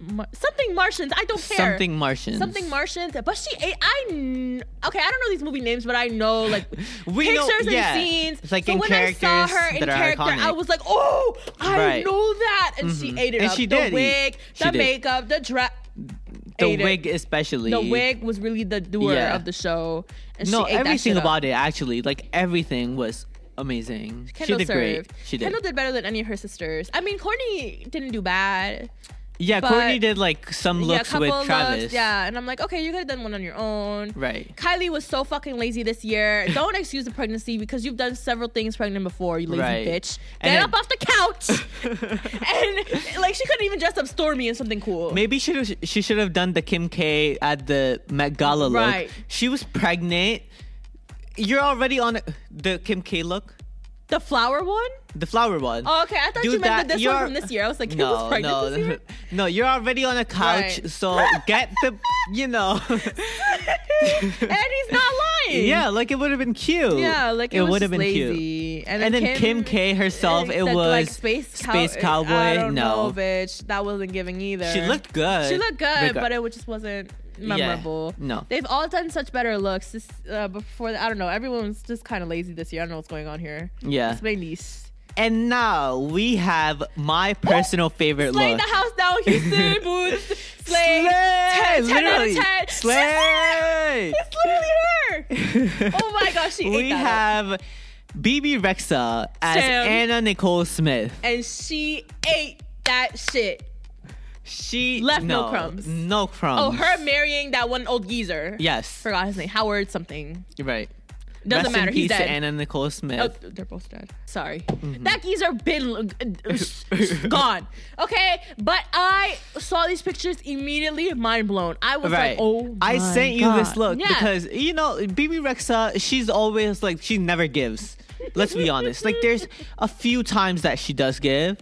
Mar- something Martians. I don't care. something Martian. Something Martians, but she ate. I kn- okay. I don't know these movie names, but I know like We know- pictures and yeah. scenes. It's like so in when I saw characters her in that are character, iconic. I was like, oh, I Right. Mm-hmm. know that, and she ate it And up. she the did eat- wig, she the did. makeup, the dress. The wig, especially. The wig was really the doer Yeah. of the show. And No, she ate everything that shit about up. it actually, like everything was amazing. she Kendall did served. great. She did. Kendall did better than any of her sisters. I mean, Courtney didn't do bad. Yeah, But- Courtney did like some yeah, a looks couple with of Travis. looks, yeah, and I'm like, okay, you could have done one on your own. Right. Kylie was so fucking lazy this year. Don't excuse the pregnancy because you've done several things pregnant before, you lazy Right. bitch. And Get then- up off the couch. and like she couldn't even dress up Stormy in something cool. Maybe she should've- she should have done the Kim K at the Met Gala look. Right. She was pregnant. You're already on the Kim K look, The flower one? the flower one. Oh, okay. I thought Do you meant that- the this one you're- from this year. I was like, it was no, pregnant no, this year. no! You're already on a couch, Right. so get the, you know, and he's not lying. yeah, like it would have been cute. Yeah, like it, was would have just been cute. lazy. And then Kim K herself, and it the, like, was space, cow- Space Cowboy. I don't No. know, bitch, that wasn't giving either. She looked good. She looked Regar- good, but it just wasn't memorable. no. they've all done such better looks. This, uh, before I don't know, everyone's just kind of lazy this year. I don't know what's going on here. Yeah. It's my niece. And now we have my personal favorite Slay look. the house down, Houston boots. Slay, Slay! 10, 10 out of Literally. 10. Slay! It's literally her. Oh my gosh, she we ate that up. have BB Rexa as Sam. Anna Nicole Smith. and she ate that shit. She Left no crumbs. No crumbs. Oh, her marrying that one old geezer. Yes. Forgot his name. Howard something. Right. Doesn't Rest matter. In He's peace to dead. Anna Nicole Smith. Oh, they're both dead. Sorry. Mm-hmm. That geezer been uh, gone. Okay, but I saw these pictures immediately, mind blown. I was Right. like, oh, I my sent you this God. look Yeah. because you know BB Rexa. She's always like she never gives. Let's be honest. Like there's a few times that she does give,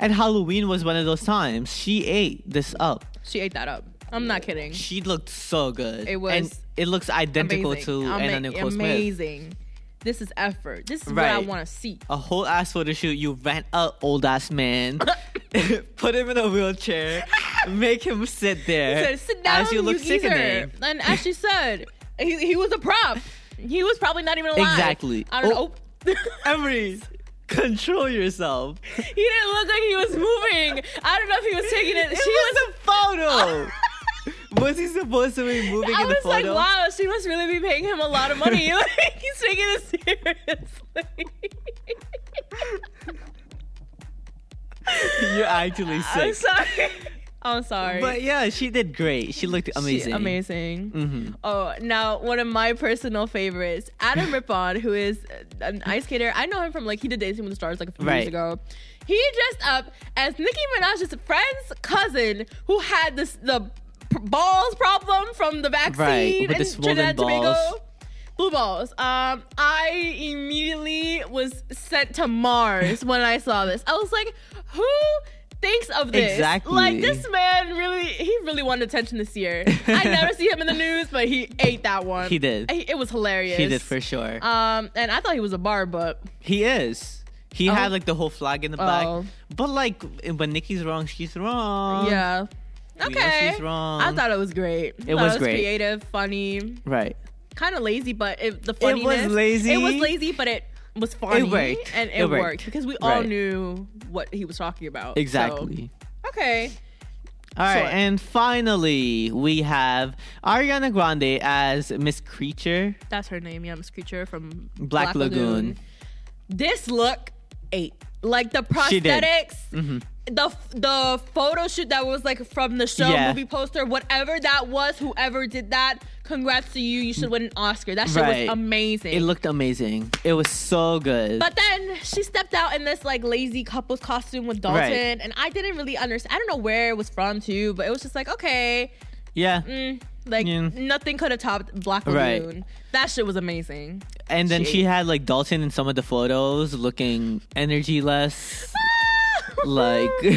and Halloween was one of those times. She ate this up. she ate that up. I'm not kidding. She looked so good. It was And it looks identical to Amazing. Ama- Anna Nicole Smith. Amazing. This is effort. This is what I Right. want to see. A whole ass photo shoot. You rent a old ass man, put him in a wheelchair, make him sit there. said, "Sit down, Uh, as you look geezer." sickening. And as she said, he, he was a prop. He was probably not even alive. Exactly. I don't Oh. know. Emery, control yourself. he didn't look like he was moving. I don't know if he was taking it. It she was. was, a photo. was he supposed to be moving I in the was photo? like, wow, she must really be paying him a lot of money. Like, he's taking it seriously. You're actually sick. I'm sorry. I'm sorry. But yeah, she did great. She looked amazing. Mm-hmm. She- amazing. Oh, now one of my personal favorites, Adam Rippon, who is an ice skater. I know him from like he did Dancing with the Stars like a few Right. years ago. He dressed up as Nicki Minaj's friend's cousin who had this the p- balls problem from the vaccine with the in swollen Trinidad and Tobago. balls. Blue balls. Um, I immediately was sent to Mars when I saw this. I was like, who thinks of this? Exactly. Like this man really, he really wanted attention this year. I never see him in the news, but he ate that one. He did. I- it was hilarious. He did for sure. Um, and I thought he was a bar, but he is. He Oh. had like the whole flag in the back. Oh. But like when Nikki's wrong, she's wrong. yeah. know Okay. she's wrong. I thought it was great. I It thought was it great. creative, funny, Right. kind of lazy, but it, the funniness. lazy. It was lazy, but it was funny. worked. And it, It worked. worked. because we all Right. knew what he was talking about. So, Exactly. okay. All right, Sure. and finally we have Ariana Grande as Miss Creature, That's her name. Yeah, Miss Creature from Black, Lagoon. This look eight. Like the She did. Mm-hmm. prosthetics, the the photo shoot that was like from the show, Yeah. movie poster, whatever that was. Whoever did that, congrats to you. You should win an Oscar. That shit Right. was amazing. It looked amazing. It was so good. But then she stepped out in this like lazy couple's costume with Dalton, Right. and I didn't really understand. I don't know where it was from too, but it was just like okay, yeah. mm, like Yeah. nothing could have topped Black Right. Lagoon. That shit was amazing. And then She- she had like Dalton in some of the photos looking energy less. like yeah,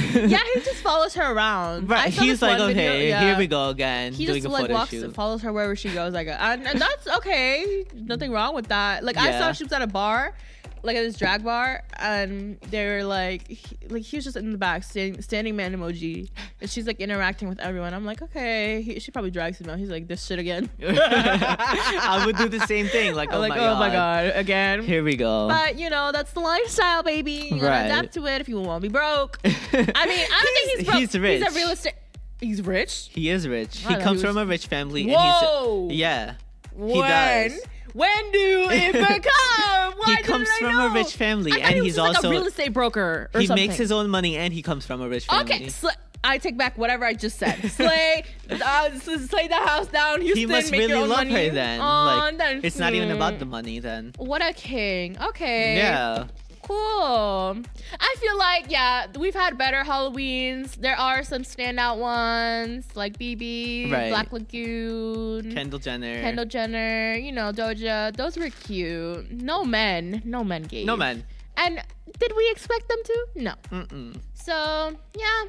he just follows her around. I Right. saw He's this like, one okay, video- yeah. here we go again. He doing just a like photo walks shoot. and follows her wherever she goes. Like, uh, and, and that's okay. Nothing wrong with that. Like, I Yeah. saw she was at a bar, like at this drag bar, and they were like, he, like he was just in the back, standing, standing man emoji, and she's like interacting with everyone. I'm like, okay, he, she probably drags him out. He's like, this shit again. I would do the same thing. Like, I'm oh, like, my, oh god. my god, again. Here we go. but you know that's the lifestyle, baby. You gotta Right. adapt to it if you want to be broke. I mean, I don't think he's broke. He's rich. He's a real estate. He's rich. he is rich. I He know, comes he was- from a rich family. Whoa! And he's, yeah. He when does. when do it become? Why He didn't comes I from a know? rich family, I thought and he was he's just like also- a real estate broker. Or He something. makes his own money and he comes from a rich family. okay. So, I take back whatever I just said. Slay, uh, s- slay the house down. Houston, he must make really your own love money. her then. Aw, like, that's- it's not even mm. about the money then. What a king. Okay. Yeah. Mm-hmm. Cool. I feel like yeah, we've had better Halloweens. There are some standout ones like BB, Right. Black Lagoon, Kendall Jenner. Kendall Jenner. You know Doja. Those were cute. No men. No men gave. No man. And did we expect them to? No. Mm-mm. So yeah,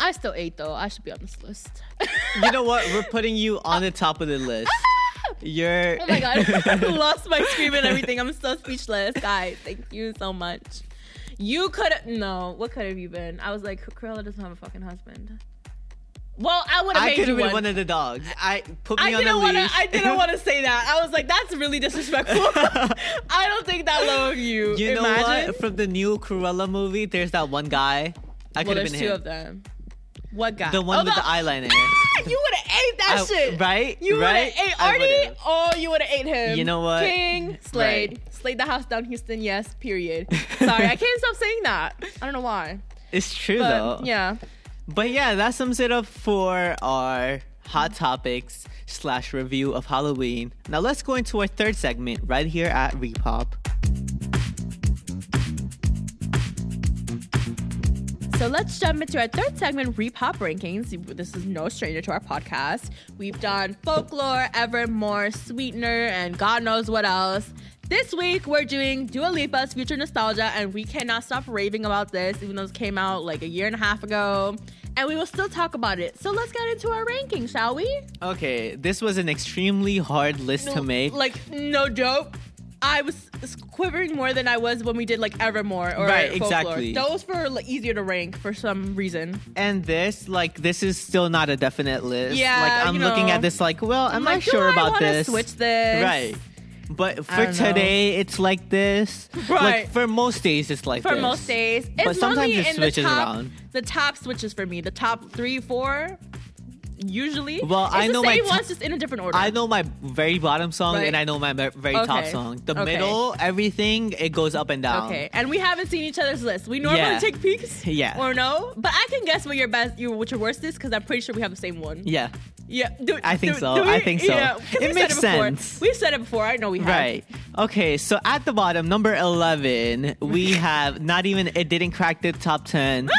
I still ate though. I should be on this list. You know what? We're putting you on the top of the list. You're. Oh my god, I lost my scream and everything. I'm so speechless, guys. Thank you so much. You could have no. What could have you been? I was like, Cruella doesn't have a fucking husband. Well, I would have I made could you have been one. one of the dogs. I put me I on didn't a want to. leash. I didn't want to say that. I was like, that's really disrespectful. I don't think that low of you. You know Imagine. what? From the new Cruella movie, there's that one guy. I Well, could have there's been two him. of them. What guy? The one Oh, with the eyeliner. Ah, you would have ate that I- shit. right? You right? would have ate I Artie. would've. Oh, you would have ate him. You know what? King Slade. Slade the house down Houston. Yes. Period. Sorry, I can't stop saying that. I don't know why. It's true But though. yeah. But yeah, that sums it up for our hot topics slash review of Halloween. Now let's go into our third segment right here at Repop. So let's jump into our third segment, Repop Rankings. This is no stranger to our podcast. We've done Folklore, Evermore, Sweetener, and God knows what else. This week, we're doing Dua Lipa's Future Nostalgia, and we cannot stop raving about this, even though this came out like a year and a half ago. And we will still talk about it. So let's get into our ranking, shall we? Okay, this was an extremely hard list to make. Like, no joke. I was quivering more than I was when we did like Evermore or Right, Folklore. exactly. Those were like, easier to rank for some reason. and this, like, this is still not a definite list. Yeah, like I'm you looking know. at this, like, well, I'm, like, not do sure I about wanna this. Switch this, Right. But for don't know. today, it's like this. Right. Like for most days, it's like For this. most days, it's But sometimes mostly it in switches the top, around. The top switches for me. The top three, four, usually. Well, it's I the know my same t- ones, just in a different order. I know my very bottom song Right. and I know my me- very top Okay. song. The Okay. middle, everything, it goes up and down. Okay, and we haven't seen each other's lists. We normally Yeah. take peeks, Yeah. or no? But I can guess what your best, your what your worst is, because I'm pretty sure we have the same one. Yeah. Yeah, do, I think do- so. do we- I think so. Yeah, 'cause It we said makes it before. sense. We've said it before. I know we have. Right. Okay, so at the bottom, number 11, we have not even, it didn't crack the top 10.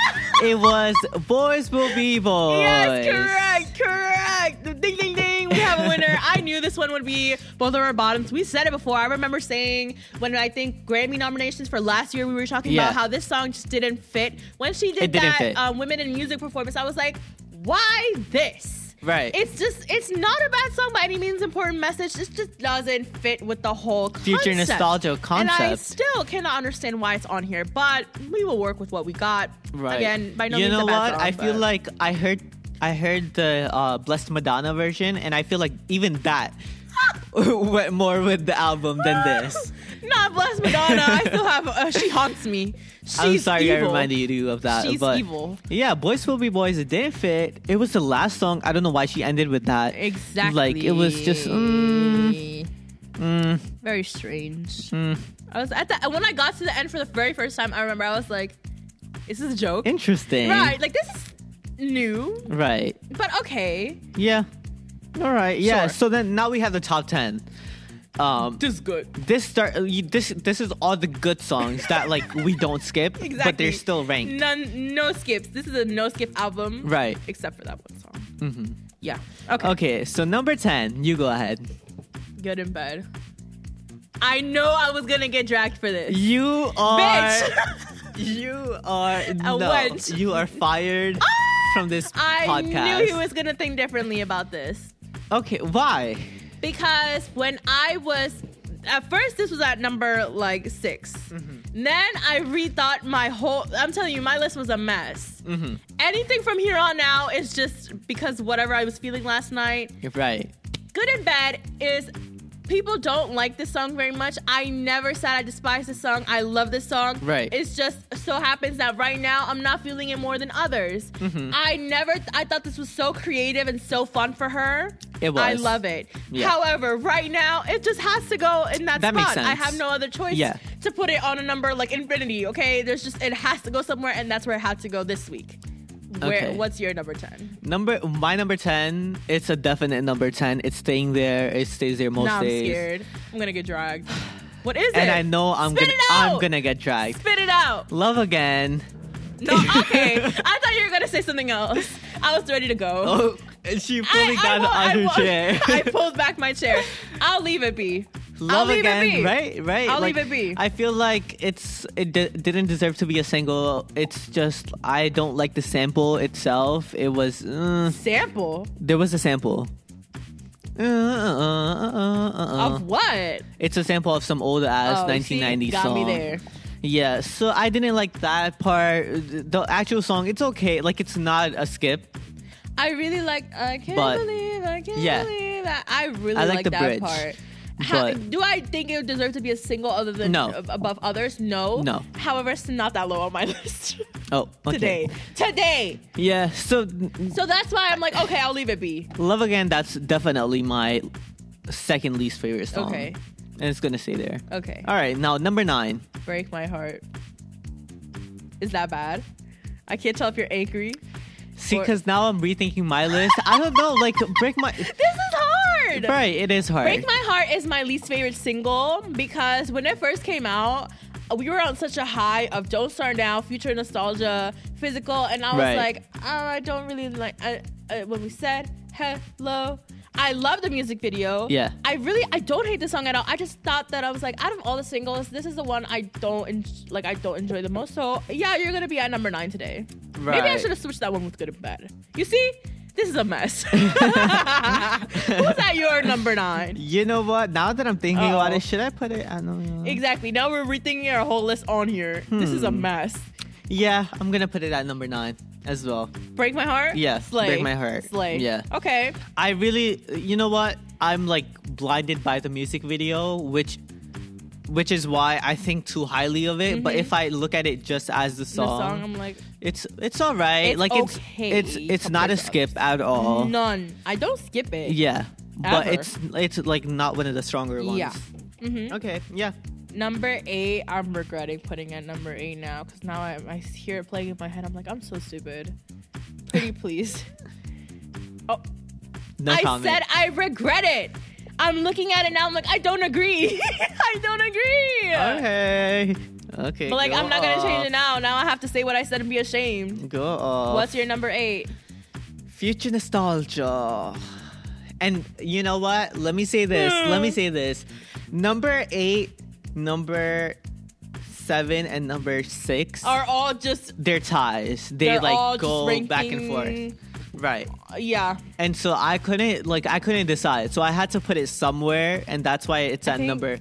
it was Boys Will Be Boys. Yes, correct, correct. Ding, ding, ding. We have a winner. I knew this one would be both of our bottoms. We said it before. I remember saying when I think Grammy nominations for last year, we were talking Yeah. about how this song just didn't fit. When she It did didn't that fit. um, Women in Music performance, I was like, why this? Right. It's just, it's not a bad song by any means, important message. This just doesn't fit with the whole Future concept. nostalgia And I concept. still cannot understand why it's on here, but we will work with what we got. Right. Again, by no you means know a bad what? song, I feel but- like I heard I heard the uh, Blessed Madonna version, and I feel like even that went more with the album than this. Not bless Madonna. I still have. Uh, she haunts me. She's I'm sorry evil. I reminded you of that. She's but evil. Yeah, Boys Will Be Boys, it didn't fit. It was the last song. I don't know why she ended with that. Exactly. Like, it was just. Mm, mm, very strange. mm. I was at the when I got to the end for the very first time. I remember I was like, "Is this a joke?" Interesting. Right. Like this is new, Right. but okay. Yeah. All right. Yeah. Sure. So then now we have the top 10. Um, This is good. this start you, this this is all the good songs that like we don't skip Exactly. but they're still ranked None. No skips. This is a no skip album. right Except for that one song. Mm-hmm. Yeah. Okay. okay so number 10 you go ahead Good in bed. I know I was gonna get dragged for this. you are Bitch. you are no, wench. you are fired Ah! from this I podcast knew he was gonna think differently about this okay why because when I was at first, this was at number like 6 Then I rethought my whole. I'm telling you, my list was a mess. Mm-hmm. Anything from here on out is just because whatever I was feeling last night. You're right Good and bad is. People don't like this song very much. I never said I despise this song. I love this song. Right. It's just so happens that right now I'm not feeling it more than others. Mm-hmm. I never. I thought this was so creative and so fun for her. It was. I love it. Yeah. However, right now it just has to go in that, That spot. makes sense. I have no other choice Yeah. to put it on a number like infinity. Okay. There's just it has to go somewhere, and that's where it had to go this week. Where? Okay. What's your number ten? Number my number ten. It's a definite number ten. It's staying there. It stays there most now I'm days. scared. I'm gonna get dragged. What is And it? I know I'm Spit gonna it out! I'm gonna get dragged. Spit it out. Love again. No, okay. I thought you were gonna say something else. I was ready to go. Oh, and she I, pulling I down wa- I the wa- other chair. I pulled back my chair. I'll leave it be. I'll Love leave again, it be. right? Right. I'll Like, leave it be. I feel like it's it d- didn't deserve to be a single. It's just I don't like the sample itself. It was uh, Sample there was a sample. Uh, uh, uh, uh, uh, uh. of what? It's a sample of some old ass Oh, see, 1990 got song. me there. Yeah, so I didn't like that part. The actual song, it's okay. Like it's not a skip. I really like. I can't But- believe. I can't yeah. believe. I, I really I like the that bridge, part. How, but- do I think it deserved to be a single other than No. No. However, it's not that low on my list Oh, okay. today. Today. Yeah, so So that's why I'm like, okay, I'll leave it be. Love Again, that's definitely my second least favorite song. Okay. And it's gonna stay there. Okay. All right, now number nine. Break my heart. Is that bad? I can't tell if you're angry. See, Or- because now I'm rethinking my list. I don't know, like, break my. This is hard. Right, it is hard. Break My Heart is my least favorite single because when it first came out, we were on such a high of Don't Start Now, Future Nostalgia, Physical, and I was Right. like, oh, I don't really like I, uh, when we said hello. I love the music video. Yeah. I really, I don't hate the song at all. I just thought that I was like, out of all the singles, this is the one I don't en- like. I don't enjoy the most. So yeah, you're gonna be at number nine today. Maybe I Right. should have switched that one with good and bad. You see, this is a mess. Who's at your number nine? You know what? Now that I'm thinking about Uh-oh. it, should I put it? I don't know. Exactly. Now we're rethinking our whole list on here. This is a Hmm. mess. Yeah, I'm gonna put it at number nine as well. Break my heart. Yeah, Slay. Break My Heart. Slay. Yeah. Okay. I really, you know what? I'm like blinded by the music video, which, which is why I think too highly of it. But if I look at it just as the Mm-hmm. The song, song. I'm like it's it's all right. It's like okay it's it's it's not a compared to skip at all. none. I don't skip it. Yeah, but Ever. it's it's like not one of the stronger ones. Yeah. Mhm. Okay. Yeah. Number eight. I'm regretting putting at number eight now because now I, I hear it playing in my head. I'm like, I'm so stupid. Pretty please. Oh, No I comment. said I regret it. I'm looking at it now. I'm like, I don't agree. I don't agree. okay. Okay. But like, go I'm not gonna change off. it now. Now I have to say what I said and be ashamed. Go off. What's your number eight? Future nostalgia. And you know what? Let me say this. Let me say this. Number eight, number seven, and number six, Are all just they're ties. They they're all like just go ranking, back and forth. Right. Yeah, And so I couldn't like I couldn't decide. So I had to put it somewhere, and that's why it's at think- number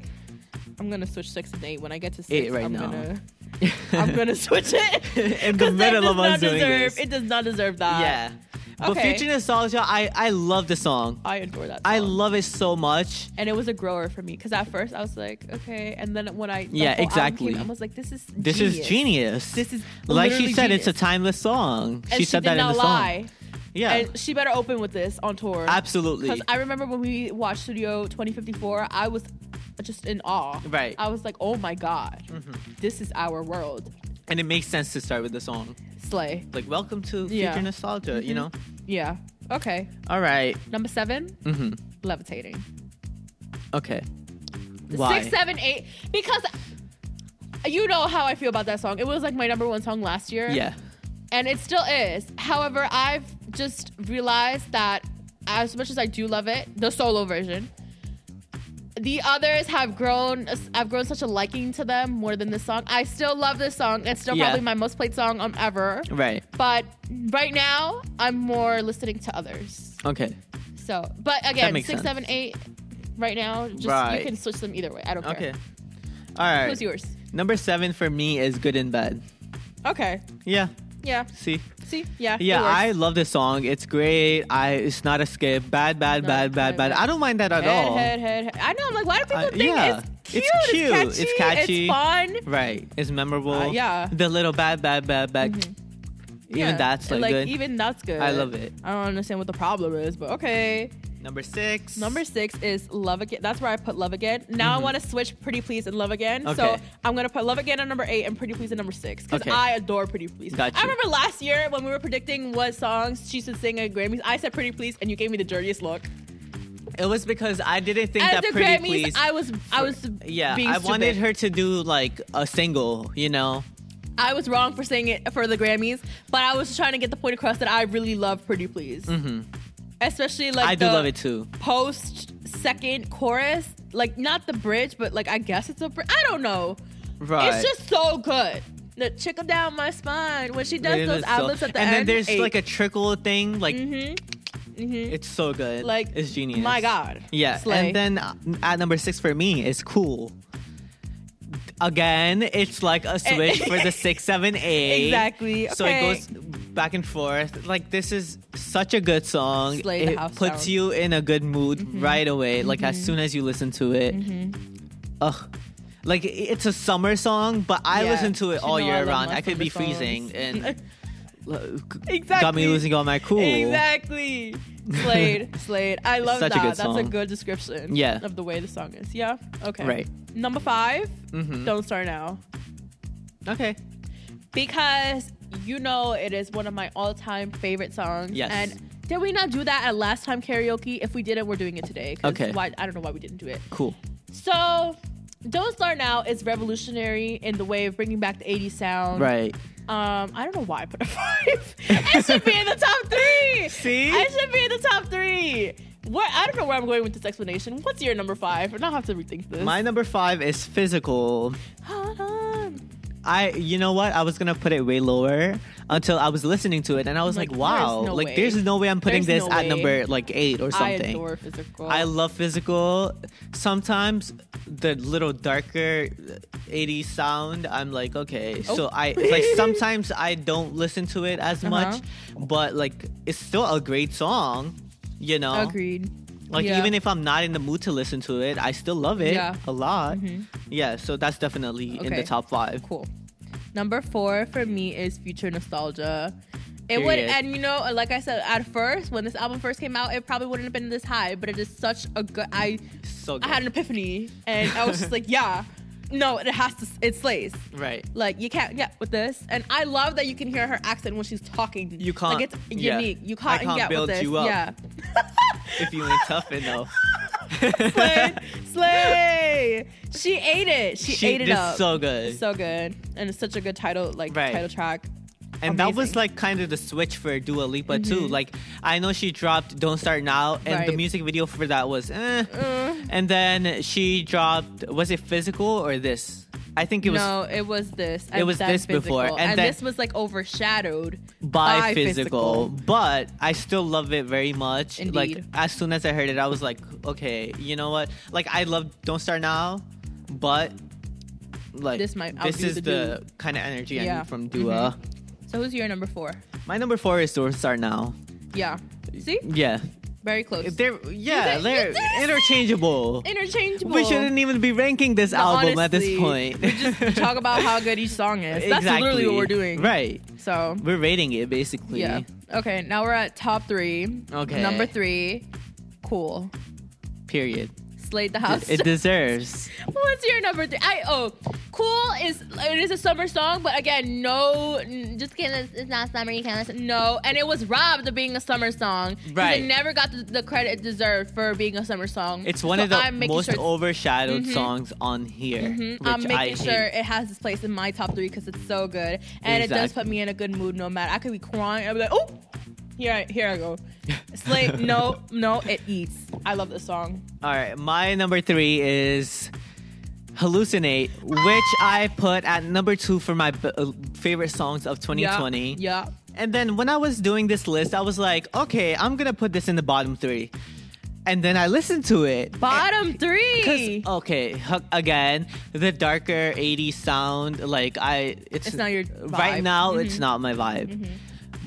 I'm gonna switch six and eight when I get to six. Eight right I'm now. Gonna, I'm gonna switch it in the 'Cause that middle does of not us doing deserve, this. It does not deserve that. yeah. But Okay. Future Nostalgia, I I love the song. I adore that. I song. love it so much. and it was a grower for me because at first I was like, okay, and then when I the Yeah, whole album exactly. came, I was like, this is This is genius. This is like she literally said, it's a genius. timeless song. And she said did that not in the lie. song. Yeah, And she better open with this on tour. absolutely. Because I remember when we watched Studio 2054, I was just in awe. Right. I was like, oh my God, this is our world. Mm-hmm. and it makes sense to start with the song, Slay. like "Welcome to Yeah. Mm-hmm. Future Nostalgia." You know. Yeah. Okay. All right. Number 7 Mm-hmm. levitating. Okay. Why? Six, seven, eight. Because you know how I feel about that song. It was like my number one song last year. Yeah. And it still is. However, I've just realized that as much as I do love it, the solo version, the others have grown. I've grown such a liking to them more than this song. I still love this song. It's still Yeah. probably my most played song um, ever. Right. But right now, I'm more listening to others. Okay. So, but again, makes six, sense. seven, eight. Right now, just Right. you can switch them either way. I don't care. Okay. All right. Who's yours? Number seven for me is "Good and Bad." Okay. Yeah. Yeah. See. See. Yeah. Yeah, yours. I love this song. It's great. I. It's not a skip. Bad, bad, No, bad, bad, bad, bad. bad. I don't mind that at head, all. head, head, head. I know. I'm like, why do people Uh, think yeah. it's cute? It's cute, it's It's catchy. It's, catchy. fun. Right. It's memorable. Uh, yeah. Mm-hmm. The little bad, bad, bad, bad. Even Yeah. that's like, good. even that's good. I love it. I don't understand what the problem is, but okay. Number six. Number six is Love Again. That's where I put Love Again. Now I want to switch Pretty Please and Love Again. So Mm-hmm. Okay. I'm gonna put Love Again at number eight and Pretty Please at number six because Okay. I adore Pretty Please. Got I you. remember last year when we were predicting what songs she should sing at Grammys. I said Pretty Please and you gave me the dirtiest look. It was because I didn't think that At the Pretty Grammys, Please. I was I was yeah, being I wanted stupid. her to do like a single, you know. I was wrong for saying it for the Grammys, but I was trying to get the point across that I really love Pretty Please. Especially like Mm-hmm. I do the love it too. post second chorus, like not the bridge, but like I guess it's a bridge. I don't know. Right. It's just so good. The chicken down my spine when she does It those is so- ad libs at the and end. then there's eight. like a trickle thing, like Mhm. it's so good. like it's genius. My God. Yeah, Slay. and then uh, at number six for me is cool. Again, it's like a switch for the six, seven, eight. Exactly. So it Okay. goes back and forth. Like this is such a good song. Slay the it house puts down. Mm-hmm. you in a good mood right away. Like as soon as you listen to it. Ugh. Like i- it's a summer song, but I Mm-hmm. Yeah. listen to it You all know I year love round. my I could be summer songs. freezing and got Exactly. me losing all my cool. Exactly. Slade, Slade. I love Such a that. good That's a song. good description Yeah. of the way the song is. Yeah. Okay. Right. Number 5 Mhm. Don't Start Now. Okay. Because you know it is one of my all time favorite songs. Yes. And did we not do that at last time karaoke? If we didn't, we're doing it today. 'cause Okay. Why, I don't know why we didn't do it. Cool. So, Don't Start Now is revolutionary in the way of bringing back the 80s sound. Right. Um, I don't know why I put a five. it should be in the top three. See? it should be in the top three. Where I don't know where I'm going with this explanation. What's your number five? And I'll have to rethink this. My number five is physical. Hold on. I, you know what? I was gonna put it way lower until I was listening to it, and I was Like, like, there's wow, no like way. there's no way I'm putting There's this no at way. number like eight or I something. adore physical. I love physical. Sometimes the little darker 80s sound, I'm like, okay. So Oh. Uh-huh. I it's like sometimes I don't listen to it as much, but like it's still a great song, you know. Agreed. Like Yeah. even if I'm not in the mood to listen to it, I still love it Yeah. Mm-hmm. a lot. Yeah, so that's definitely in Okay. the top 5. Cool. Number four for me is future nostalgia. It Period. would, and you know, like I said, at first when this album first came out, it probably wouldn't have been this high, but it is such a good. I So I good. had an epiphany, and I was just like, yeah, no, it has to. It slays. right. Like you can't get with this, and I love that you can hear her accent when she's talking. You can't- Like it's yeah. unique. You I can't, can't get build with this. you up. Yeah. If you ain't tough enough. Slay, slay. She ate it. She, She ate it did up. so good. It's so good, and it's such a good title, like Right. title track. And that was Amazing. Mm-hmm. like kind of the switch for Dua Lipa too. Like I know she dropped "Don't Start Now," and the Right. Mm. music video for that was, eh. and then she dropped was it physical or this? I think it was no, it was this. and was then this before, Physical, and and, then- this was like overshadowed by, by physical, but I still love it very much. Like Indeed. as soon as I heard it, I was like, okay, you know what? Like I love "Don't Start Now," but like This might this outdo is the the kind of energy I Yeah. Mm-hmm. need from Dua. So who's your number four? My number four is "Don't Start Now." Yeah. See, Yeah. very close. They're yeah, did- you they're did say- interchangeable. Interchangeable. We shouldn't even be ranking this But album at this honestly, point. we just talk about how good each song is. That's literally what we're doing. Right. So We're rating it basically. yeah. Okay. Now we're at top three. Okay. Number three. Cool. Period. Slate the house. It deserves. What's your number three? I oh, cool is it is a summer song, but again, no, n- just kidding. It's not summer. You can't listen. No, and it was robbed of being a summer song. 'cause Right. It never got the, the credit it deserved for being a summer song. It's one So of the I'm making most sure, Mm-hmm. overshadowed songs on here, which I'm making I hate. sure it has its place in my top three because it's so good, and it does Exactly. put me in a good mood. No matter, I could be crying. I'd be like, oh, here, I, here I go. Slate, no, no, it eats. I love this song. All right, my number three is "Hallucinate," which I put at number two for my b- uh, favorite songs of 2020. Yeah. And then when I was doing this list, I was like, okay, I'm gonna put this in the bottom three. And then I listened to it. Bottom Because three. okay, h- again, the darker '80s sound, like I, it's, It's not your right vibe. Mm-hmm. now. It's not my vibe,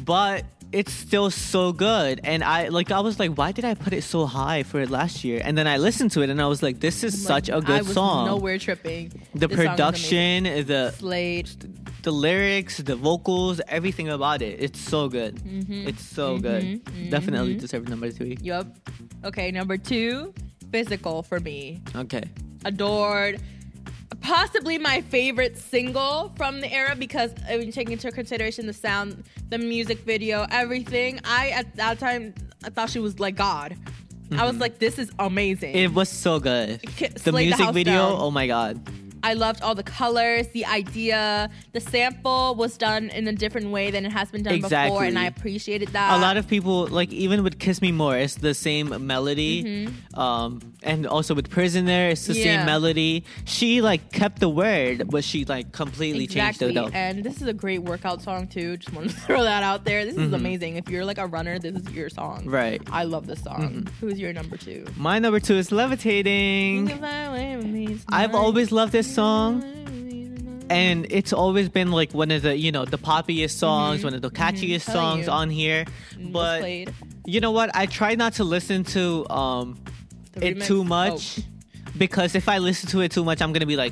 but it's still so good. And I like, I was like, why did I put it so high for it last year? And then I listened to it, and I was like, this is such a Like, good I was song. Nowhere tripping. the This song is amazing. production, the Slade. the lyrics, the vocals, Mm-hmm. everything about it. It's so good. It's so good. Definitely deserve number three. Yup. Okay, number two, physical for me. Okay. adored. Possibly my favorite single from the era because I mean, taking into consideration the sound, the music video, everything. I at that time I thought she was like God. I was like, this is amazing. It was so good. K- Mm-hmm. The Slay the music house video, down. oh my god. I loved all the colors, the idea. The sample was done in a different way than it has been done before, Exactly. and I appreciated that. a lot of people like even with kiss me more it's the same melody um and also with prisoner it's the Mm-hmm. Yeah. same melody she like kept the word but she like completely exactly. changed it and this is a great workout song too. Just want to throw that out there. This is amazing. If you're like a runner, this is your song. though Mm-hmm. right Mm-hmm. I love this song. Who's your number two? my number two is levitating i've always loved this song and it's always been like one of the you know the poppiest Mm-hmm. songs one of the catchiest Tell songs you. on here but you know what i try not to listen to um it Oh. too much because if I listen to it too much, I'm gonna be like,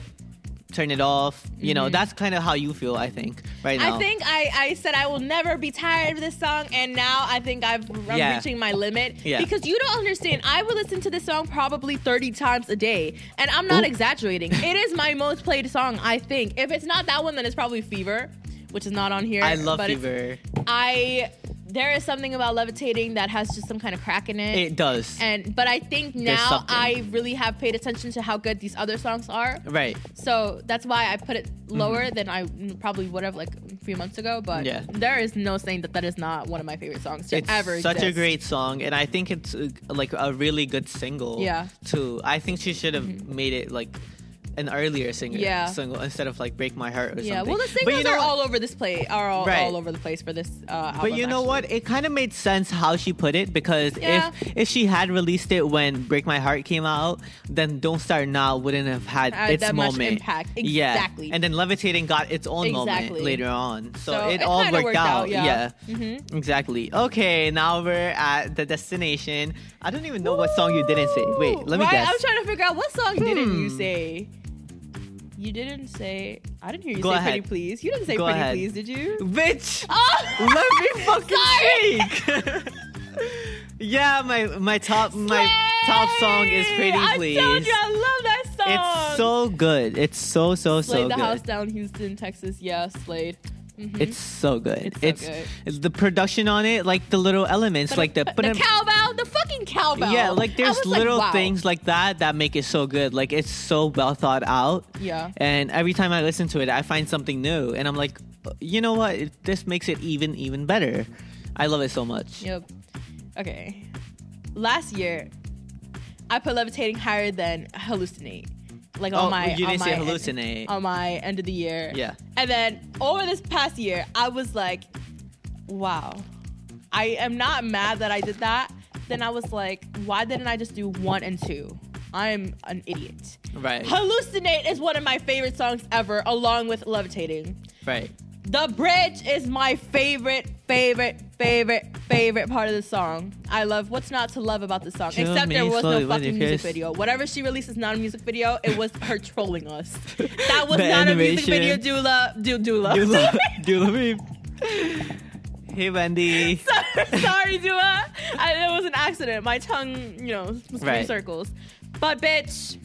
turn it off. You know, that's kind of how you feel. I think right now. Mm-hmm. I think I, I said I will never be tired of this song, and now I think I've, I'm Yeah. reaching my limit. Yeah. Because you don't understand, I would listen to this song probably 30 times a day, and I'm not Ooh. exaggerating. it is my most played song, I think. If it's not that one, then it's probably Fever, which is not on here. I love but it's- Fever. I there is something about levitating that has just some kind of crack in it. It does. and but I think now something. I really have paid attention to how good these other songs are. right. So that's why I put it Mm-hmm. lower than I probably would have like a few months ago. But Yeah. there is no saying that that is not one of my favorite songs to It's ever such a exist. great song, and I think it's uh, like a really good single. Yeah. Mm-hmm. Too. I think she should have made it like an earlier singer. Yeah. Single instead of like "Break My Heart" or Yeah, something. well, the But singles you know are what? all over this play, are all, Right. all over the place for this uh, album. But you know actually. what? It kind of made sense how she put it because Yeah. if if she had released it when "Break My Heart" came out, then "Don't Start Now" wouldn't have had Had its that much moment. impact. Exactly. Yeah, and then "Levitating" got its own Exactly. moment later on, so, So it, it all kinda worked, worked out. out, yeah. Mm-hmm. exactly. Okay, now we're at the destination. I don't even know what song you didn't say. Wait, let me Right? guess. Hmm. I'm trying to figure out what song didn't you say? You didn't say. I didn't hear you Go say ahead. "Pretty Please." You didn't say Go "Pretty ahead. Please," did you? Bitch, Oh, let me fucking Sorry. speak. yeah, my my top my top song is Slay! "Pretty I Please." told you, I love that song. It's so good. It's so so Slade so the good. house down, Houston, Texas. Yeah, Slade. Mm-hmm. It's so good. It's It's, so it's, good. the production on it, like the little elements, like the, the cowbell, the fucking cowbell. yeah, like I there's was little wow. things like that that make it so good. Like it's so well thought out. Yeah. And every time I listen to it, I find something new, and I'm like, "Uh, you know what? It, this makes it even even better. I love it so much. Yep. Okay. Last year, I put levitating higher than hallucinate. Like on Oh, my you didn't on say my hallucinate. end, on my end of the year. Yeah. And then over this past year, I was like, wow, I am not mad that I did that. Then I was like, why didn't I just do one and two? I'm an idiot. Right. Hallucinate is one of my favorite songs ever, along with Levitating. Right. The bridge is my favorite, favorite, favorite, favorite part of the song. I love what's not to love about this song. Show Except me there was slowly with no your fucking music kiss. video. Whatever she released is not a music video. It was her trolling us. That was The not a music video, animation. doula. Do, doula. Do love, do love me. Hey, Wendy. Sorry, Dua. I, it was an accident. My tongue, you know, was right. Right. circles. But bitch,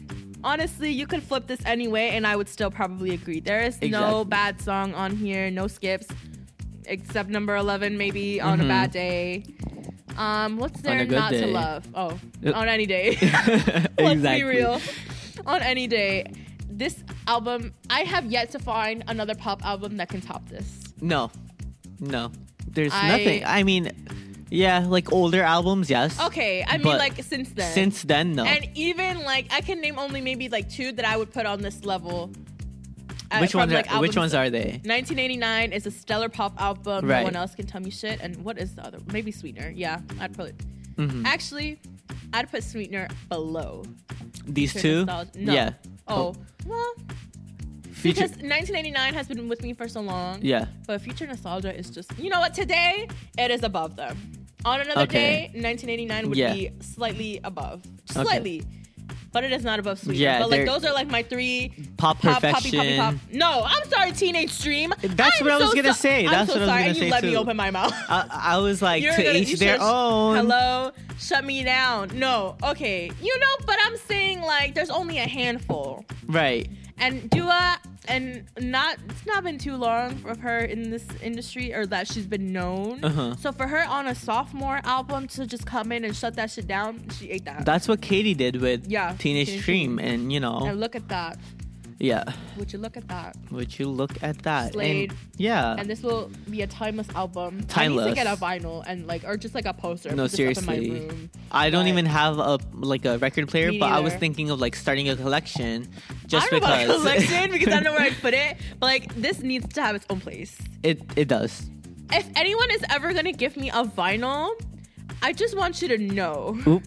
honestly, you could flip this anyway, and I would still probably agree. There is no Exactly. bad song on here, no skips, except number eleven, maybe on a bad day. Um, what's there Mm-hmm. a good not to day. love? Oh, Yep. on any day. Let's exactly. be real. On any day, this album, I have yet to find another pop album that can top this. No, no. There's I- nothing. I mean, yeah, like older albums, yes. Okay, I mean, But like since then. Since then, no. And even like I can name only maybe like two that I would put on this level. Uh, which from, ones? like, are, which ones albums- are they? 1989 is a stellar pop album. No Right. one else can tell me shit. And what is the other? Maybe Sweetener. Yeah, I'd put. Mm-hmm. Actually, I'd put Sweetener below. These Pure two? Nostalgia- No. Yeah. Oh, well, Future. because 1989 has been with me for so long. yeah. But Future Nostalgia is just, you know what? Today it is above them. On another Okay. day, 1989 would Yeah. be slightly above, Okay. slightly. Butter is not above sweet. Yeah, but like they're- those are like my three Pop pop, perfection. poppy, poppy, pop. No, I'm sorry, teenage stream. That's I'm what I was so gonna so- say. I'm That's so what I was sorry. gonna and say you let me too. open my mouth. I, I was like, You're to gonna- you each their should've- own. Hello, shut me down. No, okay, you know, but I'm saying like there's only a handful, Right. and Dua, and not it's not been too long of her in this industry or that she's been known. Uh-huh. So for her on a sophomore album to just come in and shut that shit down, she ate that. That's what Katie did with Yeah, Teenage, Teenage Dream, and you know, and look at that. yeah. Would you look at that? Would you look at that? Slade. And, yeah. And this will be a timeless album. I Uh, Timeless. need to get a vinyl and like, or just like a poster. No, Put this up in seriously. my room. I don't but- even have a like a record player, Me but I was neither. thinking of like starting a collection, just I don't because know about a collection because I don't know where I'd put it. But like, this needs to have its own place. it it does. If anyone is ever gonna give me a vinyl, I just want you to know Oop.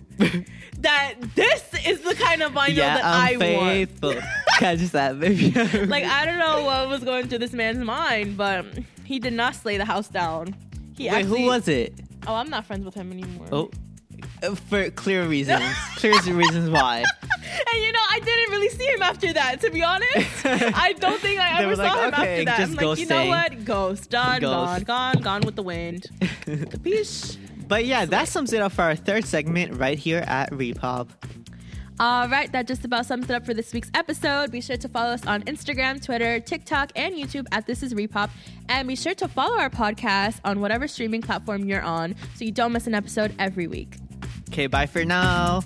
that this is the kind of vinyl yeah, um, that I'm I want. faithful. Catch that, baby. Like, I don't know what was going through this man's mind, but he did not slay the house down. He wait, actually, who was it? Oh, I'm not friends with him anymore. Oh, Uh, for clear reasons, clear reasons why. And you know, I didn't really see him after that, to be honest. I don't think I They ever were saw like, him "Okay, after that. just I'm like, you know ghosting." what? Ghost. Done, Ghost. gone, gone, gone with the wind. Capiche? But yeah, that sums it up for our third segment right here at Repop. All right, that just about sums it up for this week's episode. Be sure to follow us on Instagram, Twitter, TikTok, and YouTube at This Is Repop. And be sure to follow our podcast on whatever streaming platform you're on so you don't miss an episode every week. Okay, bye for now.